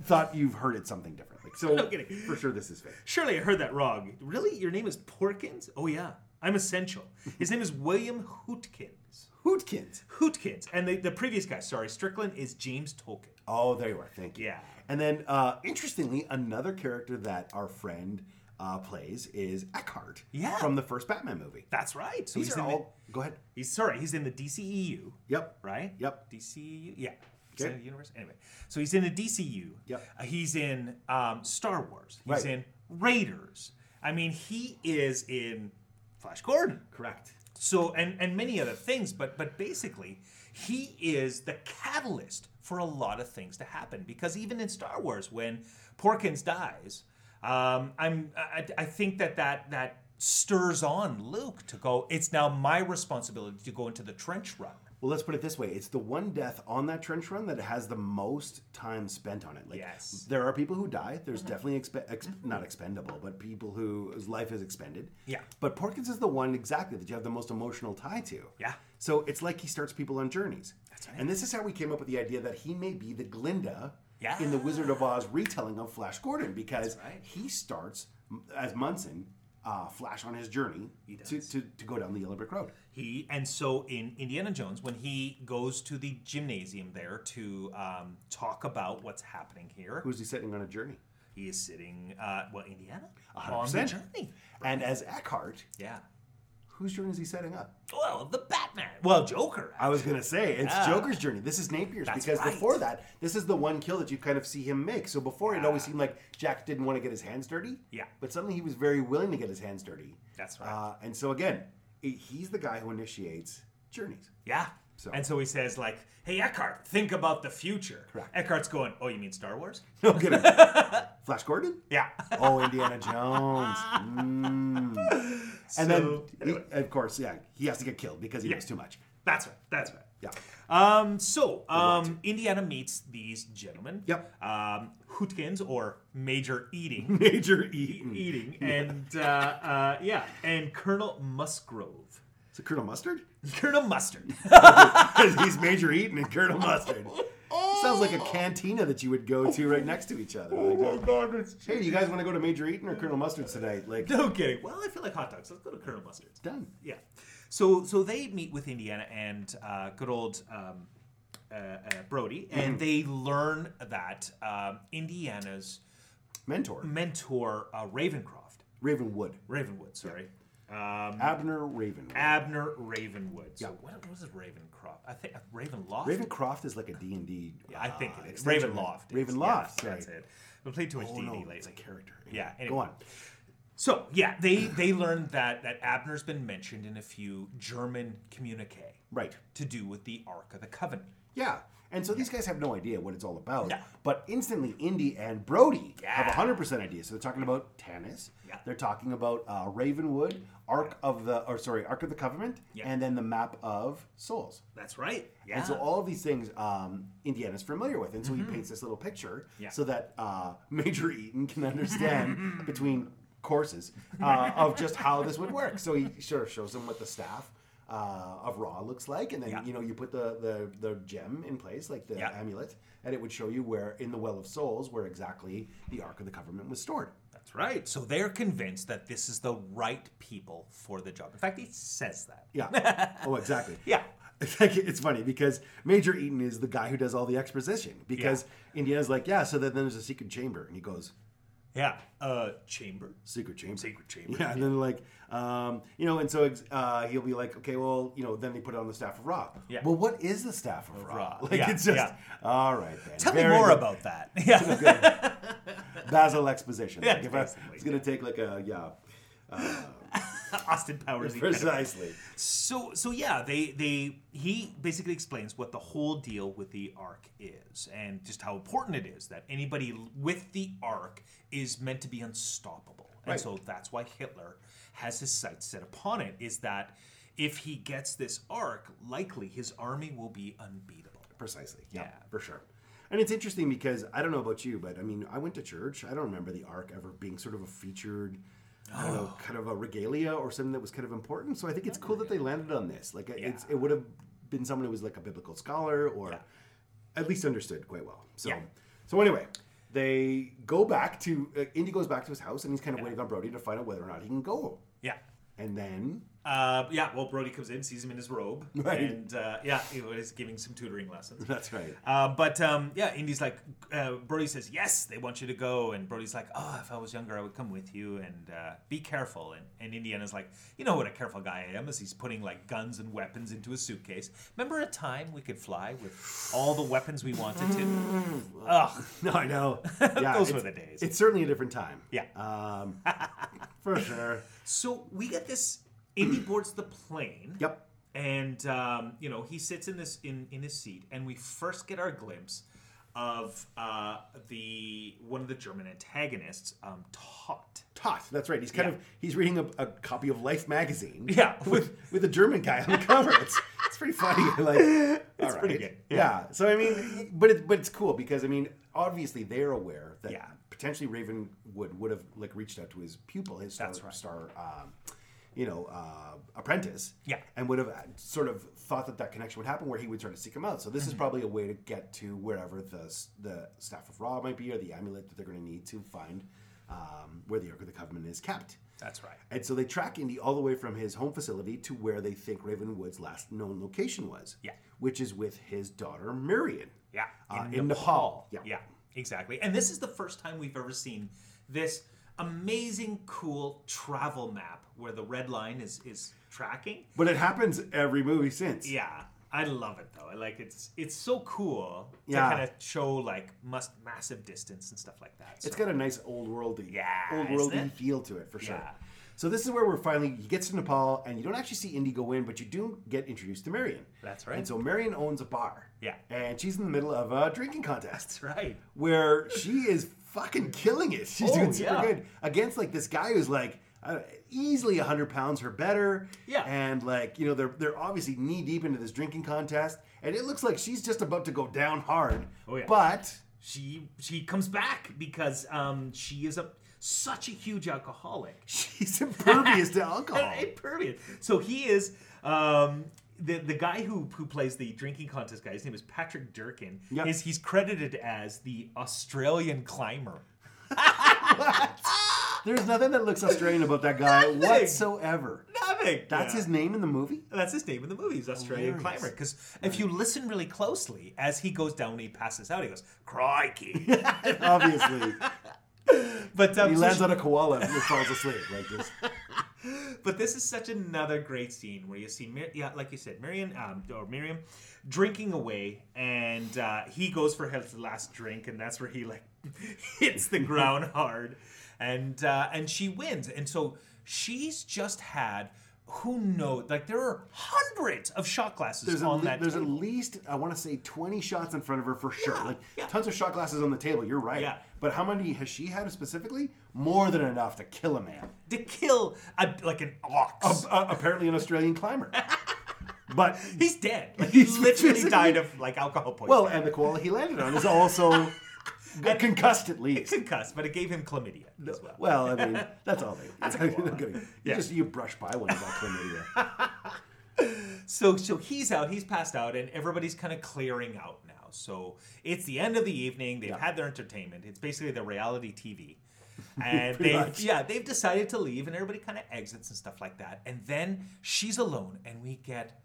thought you've heard it something different. Like, so, No kidding. for sure, this is fake. Surely I heard that wrong. Really? Your name is Porkins? Oh, yeah. I'm essential. His name is William Hootkins. Hootkins. Hootkins. And the, the previous guy, sorry, Strickland, is James Tolkien. Oh, there you are. Thank you. Yeah. And then, uh, interestingly, another character that our friend uh, plays is Eckhart. Yeah. From the first Batman movie. That's right. So These he's are in the- all. Go ahead. he's sorry, he's in the DCEU. Yep. Right? Yep. DCEU? Yeah. Okay. Extended Universe? Anyway. So he's in the DCU. Yep. Uh, he's in um, Star Wars. He's Right. in Raiders. I mean, he is in Flash Gordon. Correct. so and and many other things but but basically he is the catalyst for a lot of things to happen because even in star wars when porkins dies um i'm i, I think that that that stirs on luke to go it's now my responsibility to go into the trench run Well, let's put it this way: it's the one death on that trench run that has the most time spent on it. Like, Yes. Mm-hmm. there are people who die. There's definitely expe- ex- not expendable, but people who whose life is expended. Yeah. But Porkins is the one exactly that you have the most emotional tie to. Yeah. So it's like he starts people on journeys. That's right. And this is how we came up with the idea that he may be the Glinda Yeah. in the Wizard of Oz retelling of Flash Gordon because That's right. he starts m- as Munson. Uh, Flash on his journey to, to, to go down the Yellow Brick Road. He and so in Indiana Jones, when he goes to the gymnasium there to um, talk about what's happening here, Who's he setting on a journey? he is sitting uh, well Indiana on the 100%. journey. And as Eckhart, Yeah, whose journey is he setting up? well the Batman, well Joker. I was gonna say it's Joker's journey. This is Napier's That's because right. before that, this is the one kill that you kind of see him make. So before, it always seemed like Jack didn't want to get his hands dirty. Yeah. But suddenly, he was very willing to get his hands dirty. That's right. Uh, and so again, i he's the guy who initiates journeys. Yeah. So- And so he says, like, hey, Eckhart, think about the future. Correct. Eckhart's going, oh, you mean Star Wars? No kidding. Flash Gordon. Yeah. Oh, Indiana Jones. Mm. and then, So, he- of course, yeah, he has to get killed because he knows too much. That's right. That's right. Yeah. Um, so, um, Indiana meets these gentlemen. Yep. Um, Hootkins, or Major Eating. Major E- E. Eating. And, uh, uh, yeah. And Colonel Musgrove. So Colonel Mustard. Colonel Mustard. Because he's Major Eaton and Colonel Mustard. Oh. Sounds like a cantina that you would go to right next to each other. Like, uh, God, it's hey, do you guys want to go to Major Eaton or Colonel Mustard's tonight? Like, No kidding. Well, I feel like hot dogs. Let's go to Colonel Mustard's. done. Yeah. So so they meet with Indiana and uh, good old um, uh, uh, Brody, Mm-hmm. and they learn that um, Indiana's Mentor. mentor uh, Ravencroft, Ravenwood. Ravenwood, sorry, um, Abner Ravenwood. Abner Ravenwood. So Yeah. what, what is Ravencroft? I think uh, Ravenloft. Ravencroft is like a D&D. Yeah, I think uh, it is extension. Ravenloft. is, Ravenloft, yeah, sorry. that's it. We played too much Oh, D&D no, lately. it's a character. Yeah, Go anyway. on. So yeah, they they learned that that Abner's been mentioned in a few German communique Right. to do with the Ark of the Covenant. Yeah. And so these guys have no idea what it's all about. No. But instantly, Indy and Brody Yeah. have 100% idea. So they're talking about Tannis. Yeah. They're talking about uh, Ravenwood, Ark of the, or sorry, Ark of the Covenant, Yeah. and then the map of Souls. That's right. Yeah. Mm-hmm. And so all of these things um, Indiana's familiar with. And so he paints this little picture Yeah. so that uh, Major Eaton can understand between courses uh, of just how this would work. So he sort of shows him what the staff uh, of Ra looks like. And then, Yeah. you know, you put the, the, the gem in place, like the Yeah. amulet, and it would show you where in the Well of Souls where exactly the Ark of the Covenant was stored. That's right. So they're convinced that this is the right people for the job. In fact, he says that. Yeah. Oh, exactly. Yeah. It's like- it's funny because Major Eaton is the guy who does all the exposition because Indiana's like, yeah, so then there's a secret chamber. And he goes, Yeah. Uh, chamber. secret chamber. Secret chamber. Yeah, and then like, um, you know, and so ex- uh, he'll be like, okay, well, you know, then they put it on the staff of Ra. Yeah. Well, what is the staff of Ra? Ra. Like, Yeah, it's just, yeah. all right then. Tell me Very more good. about that. Yeah. Basil exposition. Yeah, Like, if I- basically, it's gonna take like a yeah. Austin Powers. Precisely. So so yeah, they they he basically explains what the whole deal with the ark is and just how important it is that anybody with the ark is meant to be unstoppable. Right. And so that's why Hitler has his sights set upon it is that if he gets this ark, likely his army will be unbeatable. Precisely. Yeah, Yeah. for sure. And it's interesting because I don't know about you, but I mean, I went to church. I don't remember the ark ever being sort of a featured, I don't know, Oh. kind of a regalia or something that was kind of important. So I think it's cool that they landed on this. Like, it's, it would have been someone who was like a biblical scholar or at least understood quite well. So, Yeah. so anyway, they go back to uh, Indy goes back to his house and he's kind of waiting on Brody to find out whether or not he can go. Yeah. And then Uh, yeah, well, Brody comes in, sees him in his robe, Right. and uh, yeah, he was giving some tutoring lessons. that's right. Uh, but um, yeah, Indy's like, uh, Brody says, yes, they want you to go. And Brody's like, oh, if I was younger, I would come with you and uh, be careful. And, and Indiana's like, you know what a careful guy I am is he's putting like guns and weapons into a suitcase. Remember a time we could fly with all the weapons we wanted to? Ugh, No, I know. Yeah, Those were it's- the days. It's certainly a different time. Yeah. Um, for sure. So we get this. Indy boards the plane. Yep. And um, you know he sits in this in in his seat, and we first get our glimpse of uh, the one of the German antagonists, um, Tot. Tot. That's right. He's kind Yeah. of he's reading a, a copy of Life magazine. Yeah, With with a German guy on the cover. It's it's pretty funny. Like it's pretty good. Yeah. So I mean, but it, but it's cool because I mean, obviously they're aware that Yeah. potentially Ravenwood would have like reached out to his pupil, his star, That's right. star um, you know, uh, apprentice. Yeah. And would have uh, sort of thought that that connection would happen where he would sort of seek him out. So this Mm-hmm. is probably a way to get to wherever the s- the staff of Ra might be or the amulet that they're going to need to find um, where the Ark of the Covenant is kept. That's right. And so they track Indy all the way from his home facility to where they think Ravenwood's last known location was. Yeah. Which is with his daughter Marion. Yeah, Uh, in, in Nepal. Yeah. exactly. And this is the first time we've ever seen this amazing, cool travel map where the red line is is tracking. But it happens every movie since. Yeah, I love it though. I Like it's it's so cool Yeah. to kind of show like must massive distance and stuff like that. So, It's got a nice old worldy, Yeah, old isn't worldy it? feel to it for sure. Yeah. So this is where we're finally he gets to Nepal, and you don't actually see Indy go in, but you do get introduced to Marion. That's right. And so Marion owns a bar. Yeah. And she's in the middle of a drinking contest that's right. where she is fucking killing it. She's Oh, doing super yeah. good against like this guy who's like uh, easily 100 pounds her better. Yeah. And like, you know, they're they're obviously knee deep into this drinking contest and it looks like she's just about to go down hard. Oh, yeah. But She she comes back because um she is a such a huge alcoholic. she's impervious to alcohol. Impervious. So he is um the, the guy who who plays the drinking contest guy, his name is Patrick Durkin, Yep. is he's credited as the Australian climber. There's nothing that looks Australian about that guy whatsoever. Nothing. That's his name in the movie? That's his name in the movie. He's Australian Hilarious. climber. Because if you listen really closely, as he goes down and he passes out, he goes crikey. Obviously. but um, He so lands she- on a koala and falls asleep like this. but this is such another great scene where you see, Mir- yeah, like you said, Miriam um, or Miriam drinking away, and uh, he goes for his last drink, and that's where he like hits the ground hard, and uh, and she wins, and so she's just had. Who knows? Like there are hundreds of shot glasses There's, on at, le- that. there's at table. least I want to say 20 shots in front of her for sure. like yeah. tons of shot glasses on the table. You're right. Yeah. But how many has she had specifically? More than enough to kill a man. to kill a, like an ox. Uh, apparently an Australian climber. But He's dead. Like he He's literally physically- died of like alcohol poisoning. well, and the koala he landed on is also got concussed at least. concussed, but it gave him chlamydia as well. Well, I mean, that's all they. That's a koala. You Yeah. just you brush by one of that chlamydia. So so he's out, he's passed out, and everybody's kind of clearing out now. So it's the end of the evening. They've Yeah. had their entertainment. It's basically the reality TV. And Pretty they much. yeah, they've decided to leave and everybody kind of exits and stuff like that. And then she's alone and we get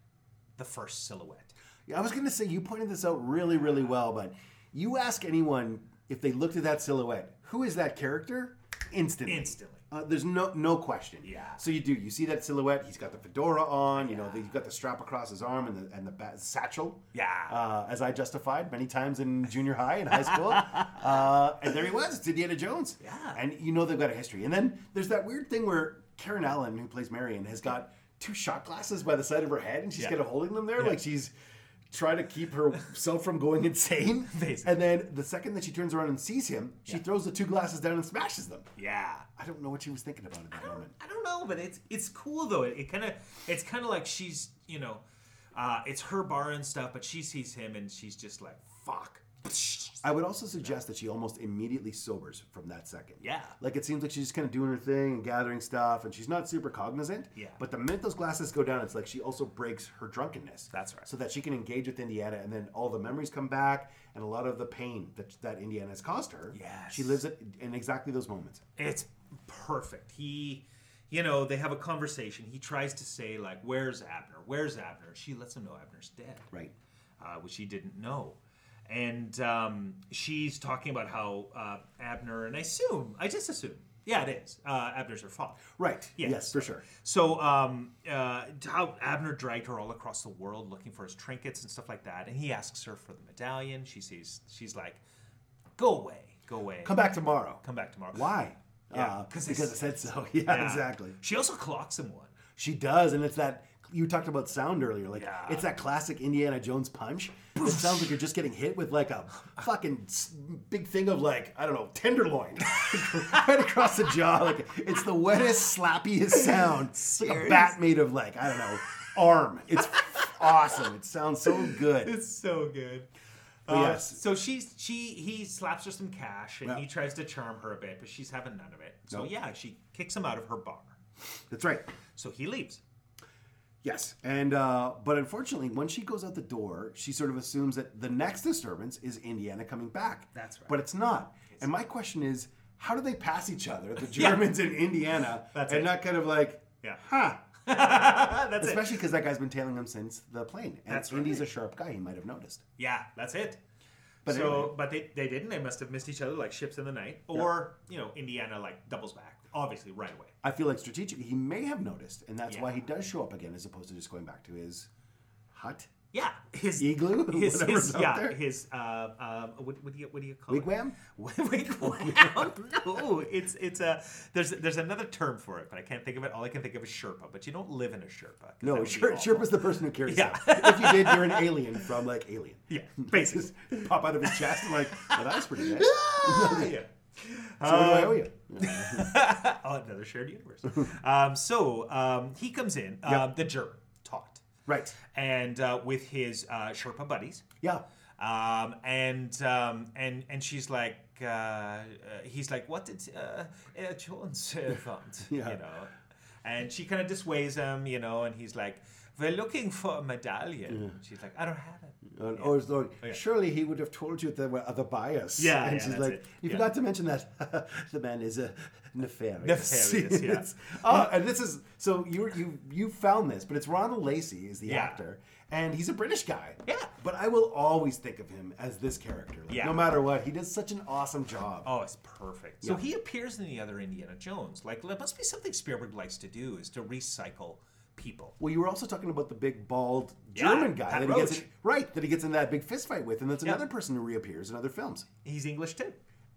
the first silhouette. Yeah, I was gonna say you pointed this out really, really well, but you ask anyone if they looked at that silhouette, who is that character? Instantly. Instantly. Uh, there's no no question. Yeah. So you do. You see that silhouette. He's got the fedora on. You know, he's got the strap across his arm and the and the ba- satchel. Yeah. Uh, as I justified many times in junior high and high school. uh, and there he was. It's Indiana Jones. Yeah. And you know they've got a history. And then there's that weird thing where Karen Allen, who plays Marion, has got two shot glasses by the side of her head, and she's kind of holding them there, like she's trying to keep herself from going insane. Basically. And then the second that she turns around and sees him, she throws the two glasses down and smashes them. Yeah. I don't know what she was thinking about at that moment. I don't know, but it's it's cool though. It, it kind of it's kind of like she's you know, uh, it's her bar and stuff, but she sees him and she's just like fuck. I would also suggest that she almost immediately sobers from that second. Yeah. Like it seems like she's just kind of doing her thing and gathering stuff, and she's not super cognizant. Yeah. But the minute those glasses go down, it's like she also breaks her drunkenness. That's right. So that she can engage with Indiana, and then all the memories come back, and a lot of the pain that that Indiana has caused her. Yes. She lives it in exactly those moments. It's perfect. He, you know, they have a conversation. He tries to say like, "Where's Abner? Where's Abner?" She lets him know Abner's dead. Right. uh, which he didn't know. And um, she's talking about how uh, Abner, and I assume, I just assume, yeah, it is. Uh, Abner's her father. Right. Yes. Yes, for sure. So, um, uh, how Abner dragged her all across the world looking for his trinkets and stuff like that. And he asks her for the medallion. She sees, she's like, go away, go away. Come back tomorrow. Come back tomorrow. Why? Yeah, Uh, 'cause because they I said so. Yeah, Yeah. exactly. Ah. She also clocks him one. She does, and it's that you talked about sound earlier. Like Yeah. it's that classic Indiana Jones punch. It sounds like you're just getting hit with like a fucking s- big thing of like I don't know tenderloin right across the jaw. Like it's the wettest, slappiest sound. It's like a bat made of like I don't know arm. It's awesome. It sounds so good. It's so good. But Uh, yes. So she's she he slaps her some cash and Yeah. he tries to charm her a bit, but she's having none of it. So Nope. yeah, she kicks him out of her bar. That's right. So he leaves. Yes, and uh, but unfortunately, when she goes out the door, she sort of assumes that the next disturbance is Indiana coming back. That's right. But it's not. and my question is, how do they pass each other, the Germans and Indiana, That's and it. not kind of like, Yeah. huh? that's it. Especially because that guy's been tailing them since the plane, and That's Indy's right. a sharp guy. He might have noticed. Yeah, that's it. But so anyway. but they, they didn't. They must have missed each other like ships in the night. Or, you know, Indiana like doubles back. Obviously, right away. I feel like strategically, he may have noticed, and that's Yeah. why he does show up again, as opposed to just going back to his hut, Yeah. His Igloo? His, Whatever's his out yeah, there. his uh um what, what do you what do you call it? wigwam. Oh, Wigwam. no, it's it's a there's there's another term for it, but I can't think of it. All I can think of is Sherpa, but you don't live in a Sherpa. 'cause that No, would be Sher- awful. Sherpa's the person who carries Yeah. stuff. If you did, you're an alien from like Alien. Yeah, basically. Just pop out of his chest and like, well, that's pretty nice. so yeah. what do I owe you? oh, another shared universe. um, so um, he comes in, uh, the German, taught, Right. and uh, with his uh, Sherpa buddies. Yeah. um, and um, and and she's like, uh, uh, he's like, what did uh, Herr Jones uh, want? Yeah. You know, and she kind of dissuades him, you know, and he's like, we're looking for a medallion. She's like, I don't have it. And- Or, or surely he would have told you there were other buyers. Yeah, and yeah, she's that's like, it. you Yeah. forgot to mention that the man is a nefarious. Nefarious, yeah. It's- oh, and this is so you you you found this, but it's Ronald Lacey is the Yeah. actor, and he's a British guy. Yeah. but I will always think of him as this character. Like, Yeah. no matter what, he does such an awesome job. Oh, it's perfect. So he appears in the other Indiana Jones. Like, that must be something Spielberg likes to do is to recycle people. Well, you were also talking about the big bald Yeah, German guy Pat that he gets Roach. in, right that he gets in that big fist fight with, and that's another person who reappears in other films. He's English too.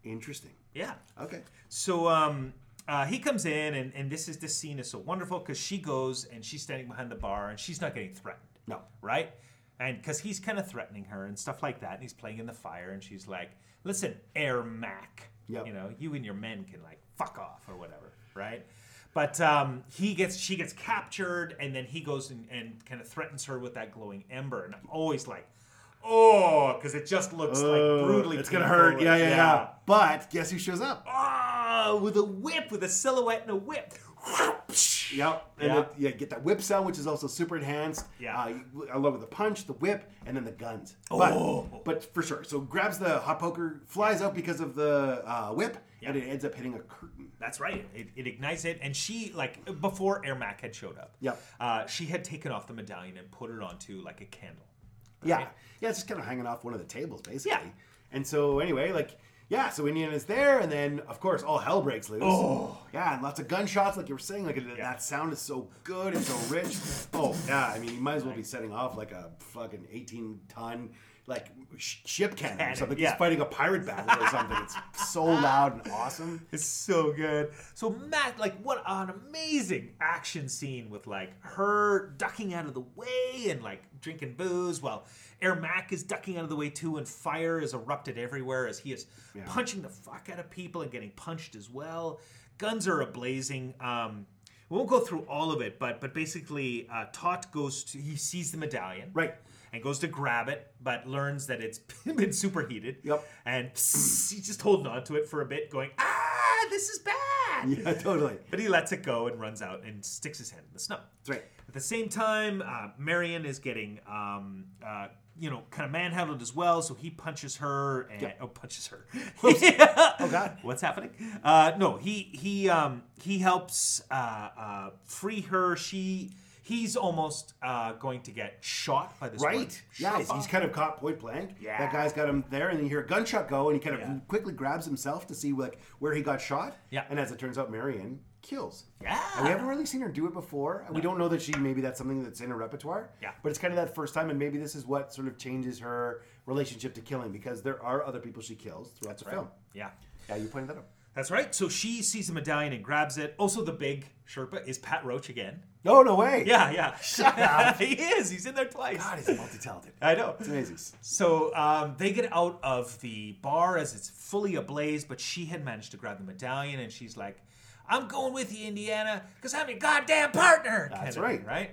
Interesting. Yeah. Okay. So um, uh, he comes in, and, and this is this scene is so wonderful because she goes and she's standing behind the bar, and she's not getting threatened. No. right? And because he's kind of threatening her and stuff like that, and he's playing in the fire, and she's like, "Listen, Air Mac, Yep. you know, you and your men can like fuck off or whatever, right?" But um, he gets she gets captured, and then he goes and, and kind of threatens her with that glowing ember, and I'm always like. Oh, because it just looks like brutally. Oh, it's gonna painful. hurt. Yeah, yeah, yeah, But guess who shows up? Ah, with a whip, with a silhouette and a whip. Yep. And Yeah. yeah. yeah, get that whip sound, which is also super enhanced. Yeah. Uh, you- along with the punch, the whip, and then the guns. Oh. But, but for sure. So grabs the hot poker, flies out because of the uh, whip, and it ends up hitting a curtain. That's right. It, it ignites it, and she like before Air Mac had showed up. Yep. Uh, she had taken off the medallion and put it onto like a candle. Yeah. Yeah, it's just kind of hanging off one of the tables, basically. Yeah. And so, anyway, like, yeah, so Indiana's there, and then, of course, all hell breaks loose. Oh. Yeah, and lots of gunshots, like you were saying. Like, that sound is so good and so rich. oh, yeah, I mean, you might as well be setting off like a fucking 18 ton like sh- ship cannon, Cannon, or something. yeah. He's fighting a pirate battle or something. It's so loud and awesome. It's so good. So Matt, like, what an amazing action scene with like her ducking out of the way and like drinking booze while Air Mac is ducking out of the way too, and fire is erupted everywhere as he is punching the fuck out of people and getting punched as well. Guns are ablazing. Um, we won't go through all of it, but but basically, uh, Tot goes to he sees the medallion Right. and goes to grab it, but learns that it's been superheated. Yep. And he's just holding on to it for a bit, going, ah, this is bad. Yeah, totally. But he lets it go and runs out and sticks his hand in the snow. That's right. At the same time, uh, Marion is getting, um, uh, you know, kind of manhandled as well. So he punches her and Yep. oh, punches her. Oh God. What's happening? Uh, no, he he um, he helps uh, uh, free her. She he's almost uh, going to get shot by this. one. Right. Yeah, he's, he's kind of caught point blank. Yeah. That guy's got him there, and then you hear a gunshot go, and he kind of Yeah. quickly grabs himself to see like where he got shot. Yeah. And as it turns out, Marion kills. Yeah. And Oh, we haven't really seen her do it before. We don't know that she maybe that's something that's in her repertoire. Yeah. But it's kind of that first time, and maybe this is what sort of changes her relationship to killing because there are other people she kills throughout the film. Yeah. Yeah, you pointed that out. That's right. So she sees the medallion and grabs it. Also, the big Sherpa is Pat Roach again. Oh, No, no way. Yeah, yeah. Shut up. he is. He's in there twice. God, he's multi-talented. I know. It's amazing. So um, they get out of the bar as it's fully ablaze, but she had managed to grab the medallion and she's like, I'm going with you, Indiana, because I'm your goddamn partner. That's kinda, right. Right?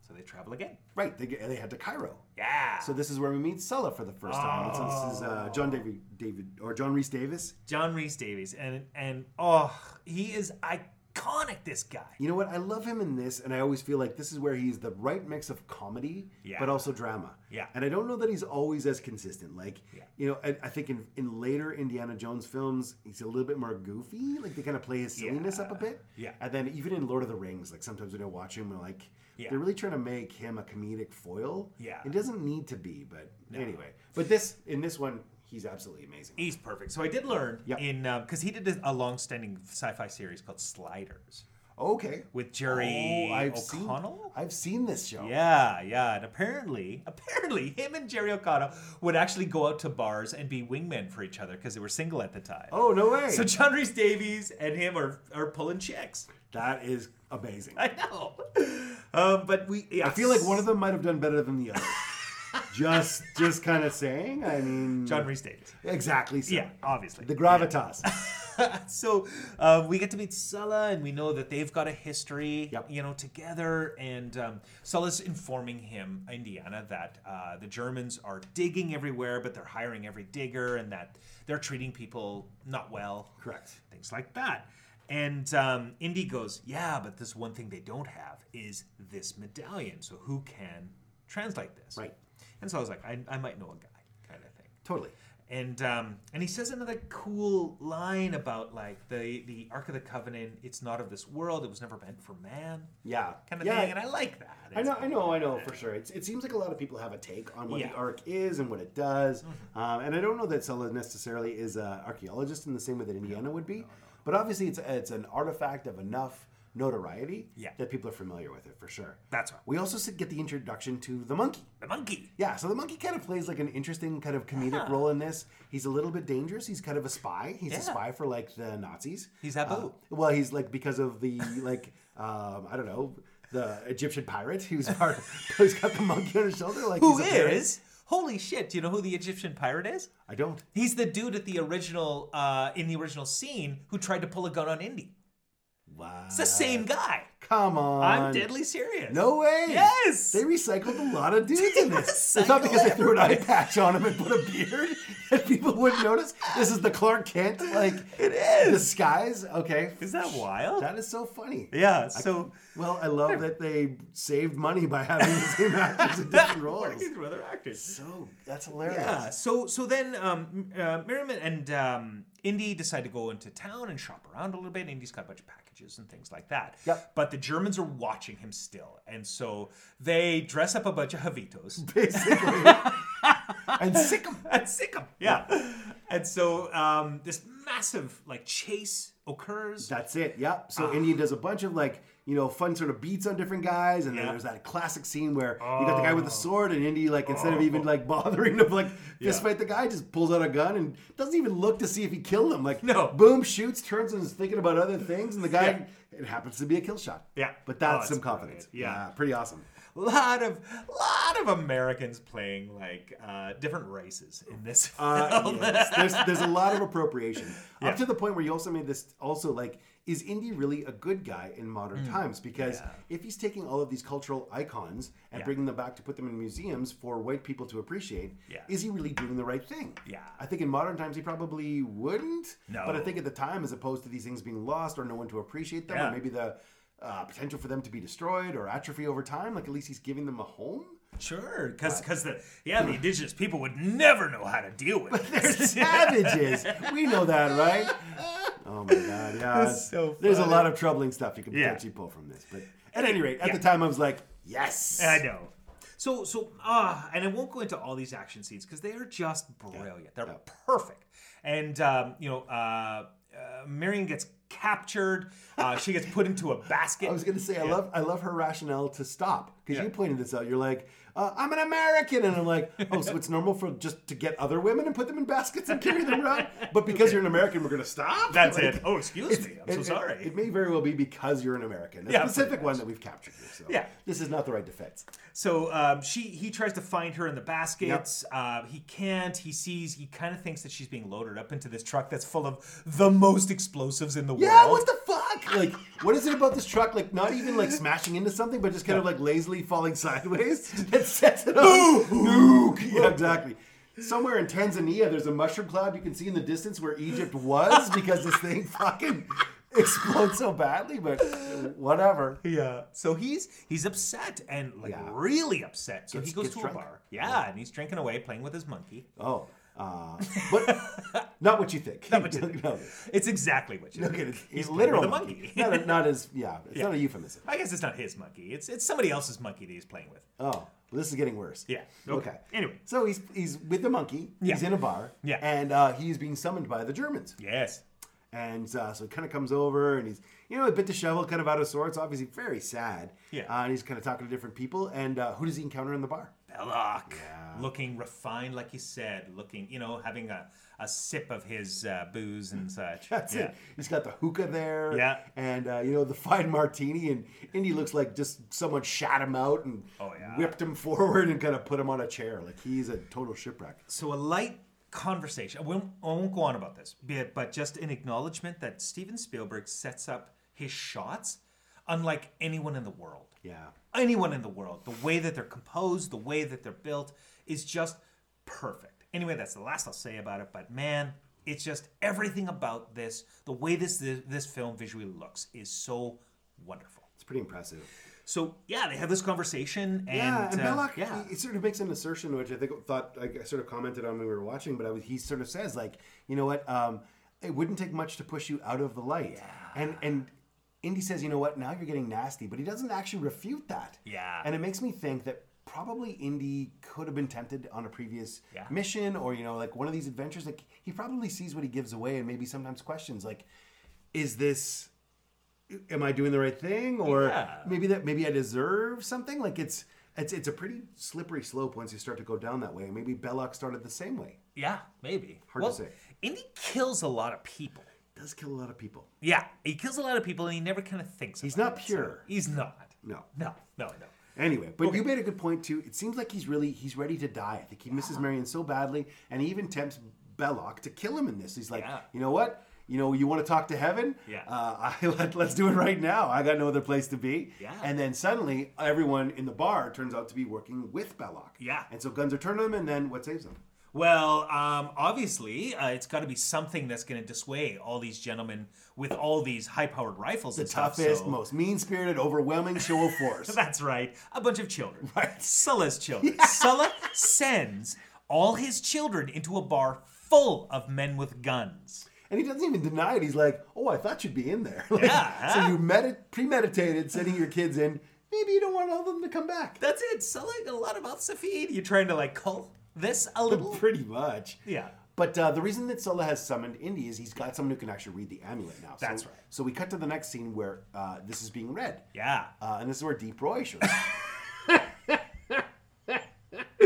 So they travel again. Right. They, get- they head to Cairo. Yeah. So So this is where we meet Sulla for the first time. It's- This is uh, Oh. John David, David or John Reese Davis. John Reese Davies. And, and oh, he is iconic, this guy. You know what? I love him in this, and I always feel like this is where he's the right mix of comedy, Yeah. but also drama. Yeah. And I don't know that he's always as consistent. Like, Yeah. you know, I, I think in, in later Indiana Jones films, he's a little bit more goofy. Like, they kind of play his silliness up a bit. Yeah. And then even in Lord of the Rings, like, sometimes when I watch him, we're like, Yeah. they're really trying to make him a comedic foil. Yeah. It doesn't need to be, but anyway. But this, in this one, he's absolutely amazing. He's perfect. So I did learn Yep. in because he did a long-standing sci-fi series called Sliders Okay. with Jerry Oh, I've seen, O'Connell. I've seen this show. Oh. Yeah, yeah, and apparently, apparently, him and Jerry O'Connell would actually go out to bars and be wingmen for each other because they were single at the time. Oh, no way. So John Rhys Davies and him are are pulling chicks. that is amazing. I know, um, but we. Yeah, I feel like one of them might have done better than the other. just just kind of saying. I mean, John Rhys Davies. exactly. So. Yeah, obviously. The gravitas. so um, we get to meet Sulla, and we know that they've got a history, Yep. you know, together. And um, Sulla's informing him, Indiana, that uh, the Germans are digging everywhere, but they're hiring every digger, and that they're treating people not well. Correct. Things like that. And um, Indy goes, yeah, but this one thing they don't have is this medallion. So who can translate this? Right. And so I was like, I, I might know a guy, kind of thing totally. and um, and he says another cool line about like the the Ark of the Covenant. It's not of this world. It was never meant for man. Yeah. kind of yeah. thing. And I like that. I know, I know, I know for sure. It's, it seems like a lot of people have a take on what Yeah. Mm-hmm. the Ark is and what it does, um, and I don't know that Sulla necessarily is an archaeologist in the same way that Indiana would be, but obviously it's it's an artifact of enough notoriety Yeah. that people are familiar with it for sure. That's right. We also get the introduction to the monkey. the monkey. Yeah, so the monkey kind of plays like an interesting kind of comedic Yeah. role in this. He's a little bit dangerous. He's kind of a spy. He's Yeah. a spy for like the Nazis. He's Abu. Uh, well, he's like because of the like um, I don't know the Egyptian pirate who's part, who's got the monkey on his shoulder. Like Who he's a pirate. is? Holy shit! Do you know who the Egyptian pirate is? I don't. He's the dude at the original uh, in the original scene who tried to pull a gun on Indy. Wow. It's the same guy. Come on. I'm deadly serious. No way. Yes. They recycled a lot of dudes in this. It's recycle not because they threw an eye patch on him and put a beard that people wouldn't notice. This is the Clark Kent like It is. disguise. Okay. Is that wild? That is so funny. yeah. So. Well, I love that they saved money by having the same actors in different roles. Working through other actors. So that's hilarious. Yeah. So so then um, uh, Miriam and um, Indy decide to go into town and shop around a little bit. Indy's got a bunch of packages and things like that. Yep. But the Germans are watching him still, and so they dress up a bunch of Javitos Basically. and sick 'em. and sick him. Yeah. And so um, this massive like chase occurs. Ah. That's it. Yep. So India does a bunch of like you know, fun sort of beats on different guys, and then Yeah. Oh. there's that classic scene where you got the guy with the sword, and Indy like instead of even like bothering to like fist fight the guy, just pulls out a gun and doesn't even look to see if he killed him. Like No. boom, shoots, turns and is thinking about other things, and the guy it happens to be a kill shot. Yeah. but Oh, that's it's some confidence. brilliant. Yeah. pretty awesome. lot of lot of Americans playing like uh, different races in this. Uh, yes. there's, there's a lot of appropriation Yeah. up to the point where you also made this also like is indy really a good guy in modern Mm. times because if he's taking all of these cultural icons and Yeah. bringing them back to put them in museums for white people to appreciate Yeah. is he really doing the right thing Yeah. i think in modern times he probably wouldn't No. but i think at the time as opposed to these things being lost or no one to appreciate them Yeah. or maybe the uh, potential for them to be destroyed or atrophy over time like at least he's giving them a home sure, because the yeah the indigenous people would never know how to deal with this. savages. We know that, right? Oh my god, yeah. That's so There's a funny. lot of troubling stuff you can Yeah. potentially pull from this. But at any rate, at the time I was like, yes. I know. uh, So, so, ah, and I won't go into all these action scenes because they are just brilliant. They're perfect. And um, you know, uh, uh, Marion gets captured. Uh, she gets put into a basket. I was gonna say I love I love her rationale to stop because you pointed this out. You're like, uh, I'm an American, and I'm like, oh, so it's normal for just to get other women and put them in baskets and carry them around, but because you're an American, we're gonna stop. That's Like, it. Oh, excuse me. I'm so sorry. It, may very well be because you're an American. A Yeah, specific one that we've captured here. So Yeah. this is not the right defense. So um, she he tries to find her in the baskets. Uh, he can't. He sees. He kind of thinks that she's being loaded up into this truck that's full of the most explosives in the Yeah, world. what the fuck? Like, what is it about this truck? Like, not even like smashing into something, but just kind of like lazily falling sideways that sets it off. Nuke. Yeah, exactly. Somewhere in Tanzania, there's a mushroom cloud you can see in the distance where Egypt was because this thing fucking explodes so badly. But whatever. yeah. So he's he's upset and like Yeah. really upset. So he Gets- goes gets to drunk. a bar. Yeah, and he's drinking away, playing with his monkey. Oh, uh, but not what you think. Not what you think. no, It's exactly what you. look think. at it. He's playing literal with a monkey. monkey. Not, a, not as yeah. It's not a euphemism. I guess it's not his monkey. It's it's somebody else's monkey that he's playing with. Oh, well, this is getting worse. Yeah. Okay. Okay. Anyway. So he's he's with the monkey. He's Yeah. in a bar. Yeah. And uh, he's being summoned by the Germans. Yes. And uh, so he kind of comes over and he's you know a bit disheveled, kind of out of sorts, obviously very sad. Yeah. Uh, and he's kind of talking to different people. And uh, who does he encounter in the bar? Belloc, looking refined, like he said, looking, you know, having a, a sip of his uh, booze and such. That's yeah. it. He's got the hookah there. Yeah. And uh, you know the fine martini, and Indy looks like just someone shot him out and Oh, yeah. whipped him forward and kind of put him on a chair, like he's a total shipwreck. So a light conversation. I won't, I won't go on about this, but but just an acknowledgement that Steven Spielberg sets up his shots unlike anyone in the world. Yeah. Anyone in the world. The way that they're composed, the way that they're built is just perfect. Anyway, that's the last I'll say about it, but man, it's just everything about this, the way this this, this film visually looks is so wonderful. It's pretty impressive. So yeah, they have this conversation, and Yeah, and uh, Belloc, yeah, he, he sort of makes an assertion, which I think thought like, I sort of commented on when we were watching, but I was, he sort of says like, you know what, um, it wouldn't take much to push you out of the light, and and Indy says, you know what, now you're getting nasty, but he doesn't actually refute that. Yeah. and it makes me think that probably Indy could have been tempted on a previous Yeah. mission or you know like one of these adventures. Like he probably sees what he gives away, and maybe sometimes questions like, is this am I doing the right thing? Or Yeah. maybe that maybe I deserve something. Like it's it's it's a pretty slippery slope once you start to go down that way. And maybe Belloc started the same way. yeah, maybe. Hard to say. Indy kills a lot of people. Does kill a lot of people. Yeah, he kills a lot of people, and he never kind of thinks. He's about not it, so pure. he's not. No. No. No. No. Anyway, but you made a good point too. It seems like he's really he's ready to die. I think he misses Marion so badly, and he even tempts Belloc to kill him in this. He's like, Yeah. you know what? You know, you want to talk to heaven? Yeah. Uh, I, let, let's do it right now. I got no other place to be. Yeah. And then suddenly, everyone in the bar turns out to be working with Belloc. Yeah. And so guns are turned on him, and then what saves him? Well, um, obviously, uh, it's got to be something that's going to dissuade all these gentlemen with all these high-powered rifles and stuff. toughest, so- most mean-spirited, overwhelming show of force. That's right. A bunch of children. Right. Sulla's children. Sulla sends all his children into a bar full of men with guns. and he doesn't even deny it. He's like, "Oh, I thought you'd be in there." Like, Yeah, So huh? you medi- premeditated sending your kids in. Maybe you don't want all of them to come back. That's it. Selling a lot of mouths to feed. You're trying to like cull this a little. Pretty much. Yeah. But uh, the reason that Sulla has summoned Indy is he's got someone who can actually read the amulet now. That's so, right. So we cut to the next scene where uh, this is being read. Yeah. Uh, and this is where Deep Roy shows up.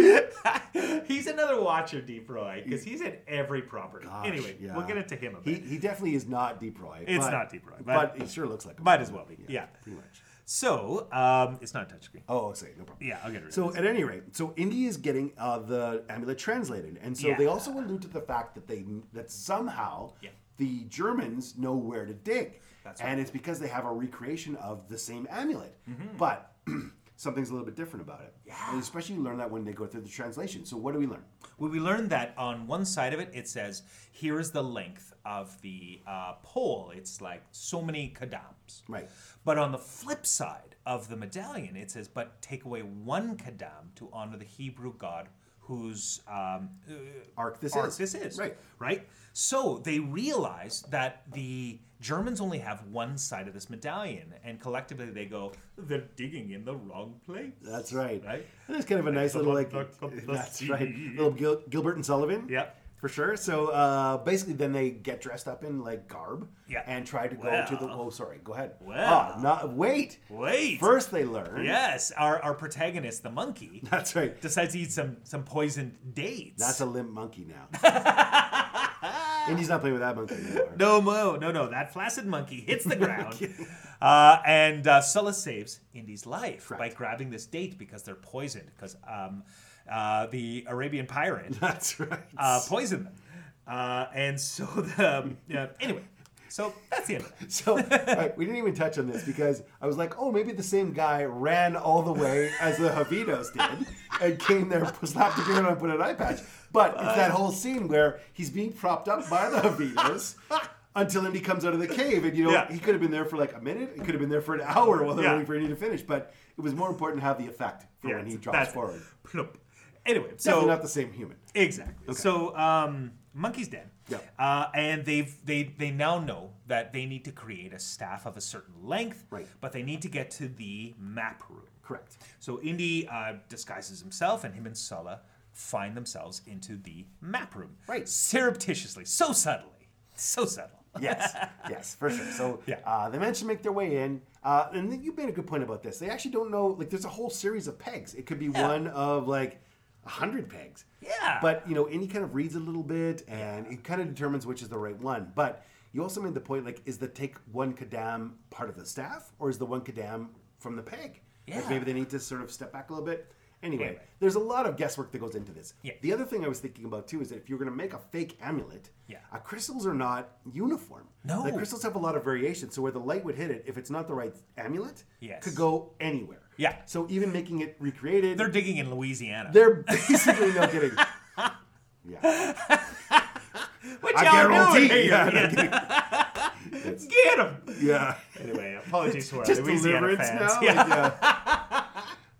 he's another watcher, Deep Roy, because he's at every property. Gosh, anyway, yeah. we'll get into him a He, bit. he definitely is not Deep Roy. It's but- not Deep Roy, But, but- he sure looks like him. Might as well be. Yeah. Pretty much. So, um, it's not a touchscreen. Oh, sorry, no problem. Yeah, I'll get rid of So it. at any rate, so Indy is getting uh, the amulet translated, and so they Yeah. also allude to the fact that they that somehow Yeah. the Germans know where to dig, That's and it's because they have a recreation of the same amulet, Mm-hmm. but something's a little bit different about it. Yeah, and especially you learn that when they go through the translation. So what do we learn? Well, we learned that on one side of it, it says, here is the length of the uh, pole. It's like so many kadams. Right. But on the flip side of the medallion, it says, but take away one kadam to honor the Hebrew god whose um, uh, Arc this arc is this is. right. Right? So they realize that the Germans only have one side of this medallion, and collectively they go, they're digging in the wrong place. That's right. Right? And it's kind of a nice little like that's right little Gil- Gilbert and Sullivan. Yep. For sure. So uh, basically, then they get dressed up in like garb. Yeah. And try to go to the. Well. Oh, sorry. Go ahead. Well. Ah, not wait. Wait. First, they learn. Yes, our, our protagonist, the monkey, That's right. decides to eat some some poisoned dates. That's a limp monkey now. and he's not playing with that monkey anymore. no mo, no no. That flaccid monkey hits the ground, uh, and uh, Sulla saves Indy's life by Correct. grabbing this date because they're poisoned because um, uh, the Arabian pirate That's right. uh, poisoned them, uh, and so the yeah, anyway. So that's the end. Of it. So all right, we didn't even touch on this because I was like, oh, maybe the same guy ran all the way as the Javitos did and came there, slapped the ground, and put an eye patch. But it's that whole scene where he's being propped up by the Javitos until Indy comes out of the cave. And, you know, Yeah. he could have been there for like a minute. He could have been there for an hour while they're Yeah. waiting for Indy to finish. But it was more important to have the effect for Yeah, when he it's- drops that's it. forward. Plop. Anyway, Definitely so not the same human. Exactly. So um, monkey's dead. Yeah. Uh, and they've they they now know that they need to create a staff of a certain length. Right. But they need to get to the map room. Correct. So Indy uh, disguises himself, and him and Sulla find themselves into the map room. Right. Surreptitiously, so subtly, so subtle. yes, yes, for sure. So Yeah. uh, they managed to make their way in, uh, and then you made a good point about this. They actually don't know. Like, there's a whole series of pegs. It could be Yeah. one of like a hundred pegs. Yeah. But you know, any kind of reads a little bit, and it kind of determines which is the right one. But you also made the point, like, is the take one kadam part of the staff, or is the one kadam from the peg? Like, Yeah. maybe they need to sort of step back a little bit. Anyway, Anyway. there's a lot of guesswork that goes into this. Yeah. The other thing I was thinking about too is that if you're going to make a fake amulet, Yeah. uh, crystals are not uniform. No. Like crystals have a lot of variation. So where the light would hit it, if it's not the right amulet, Yes. could go anywhere. Yeah. So even making it They're recreated, they're, digging in Louisiana. basically no kidding. Yeah. What I y'all doing? guarantee. here? Yeah. no kidding. Get 'em. yeah. Anyway, apologies for our Just Louisiana deliverance fans. now. Yeah. Like, yeah.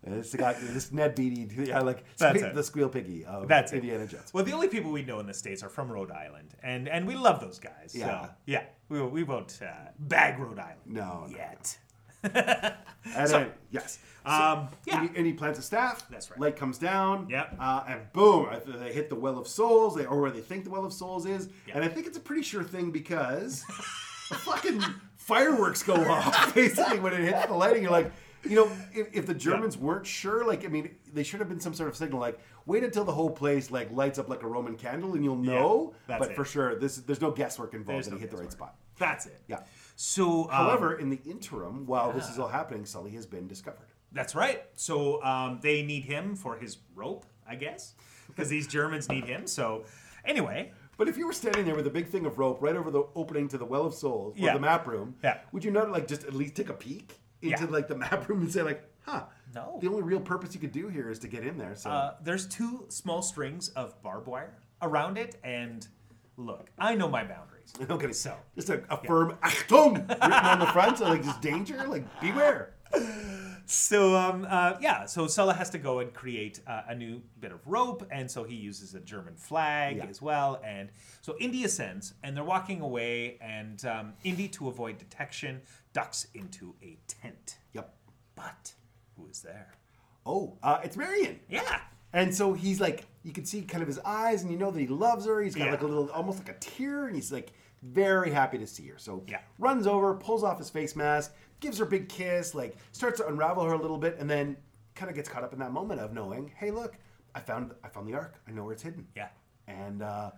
And It's got this Ned Beatty, yeah, like That's sque- it. the squeal piggy of That's it. Indiana Jones. Well, the only people we know in the states are from Rhode Island, and and we love those guys. Yeah. so, yeah. We, we won't uh, bag Rhode Island. No, no, yet. And So- then, yes. Um, And, yeah. he, and he plants a staff. That's right. Light comes down. Yep. Uh, and boom, I- they hit the Well of Souls, they, or where they think the Well of Souls is. Yeah. And I think it's a pretty sure thing because fucking fireworks go off basically when it hits the lighting. You're like, you know, if, if the Germans weren't sure, like, I mean, they should have been some sort of signal, like, wait until the whole place like lights up like a Roman candle, and you'll know. that's but it. for sure, this there's no guesswork involved. There's That no he hit the right guesswork. spot. That's it. Yeah. So, um, However, in the interim, while this is all happening, Sully has been discovered. that's right. So um, they need him for his rope, I guess, because these Germans need him. So, anyway, But if you were standing there with a big thing of rope right over the opening to the Well of Souls or Yeah. the map room, Yeah. would you not like just at least take a peek into Yeah. like the map room and say like, huh? No. The only real purpose you could do here is to get in there. So uh, there's two small strings of barbed wire around it, and look, I know my boundaries. okay, so. just a, a firm "Achtung!" written on the front, so like just danger, like beware. So um, uh, yeah, so Sulla has to go and create uh, a new bit of rope, and so he uses a German flag Yeah. as well. And so Indy ascends, and they're walking away, and um, Indy, to avoid detection, ducks into a tent. Yep. But who is there? Oh, uh, it's Marion. Yeah, And so he's like, you can see kind of his eyes, and you know that he loves her. He's got Yeah. like a little, almost like a tear, and he's like very happy to see her. So Yeah. runs over, pulls off his face mask, gives her a big kiss, like starts to unravel her a little bit, and then kind of gets caught up in that moment of knowing, hey, look, I found I found the ark. I know where it's hidden. Yeah. And uh,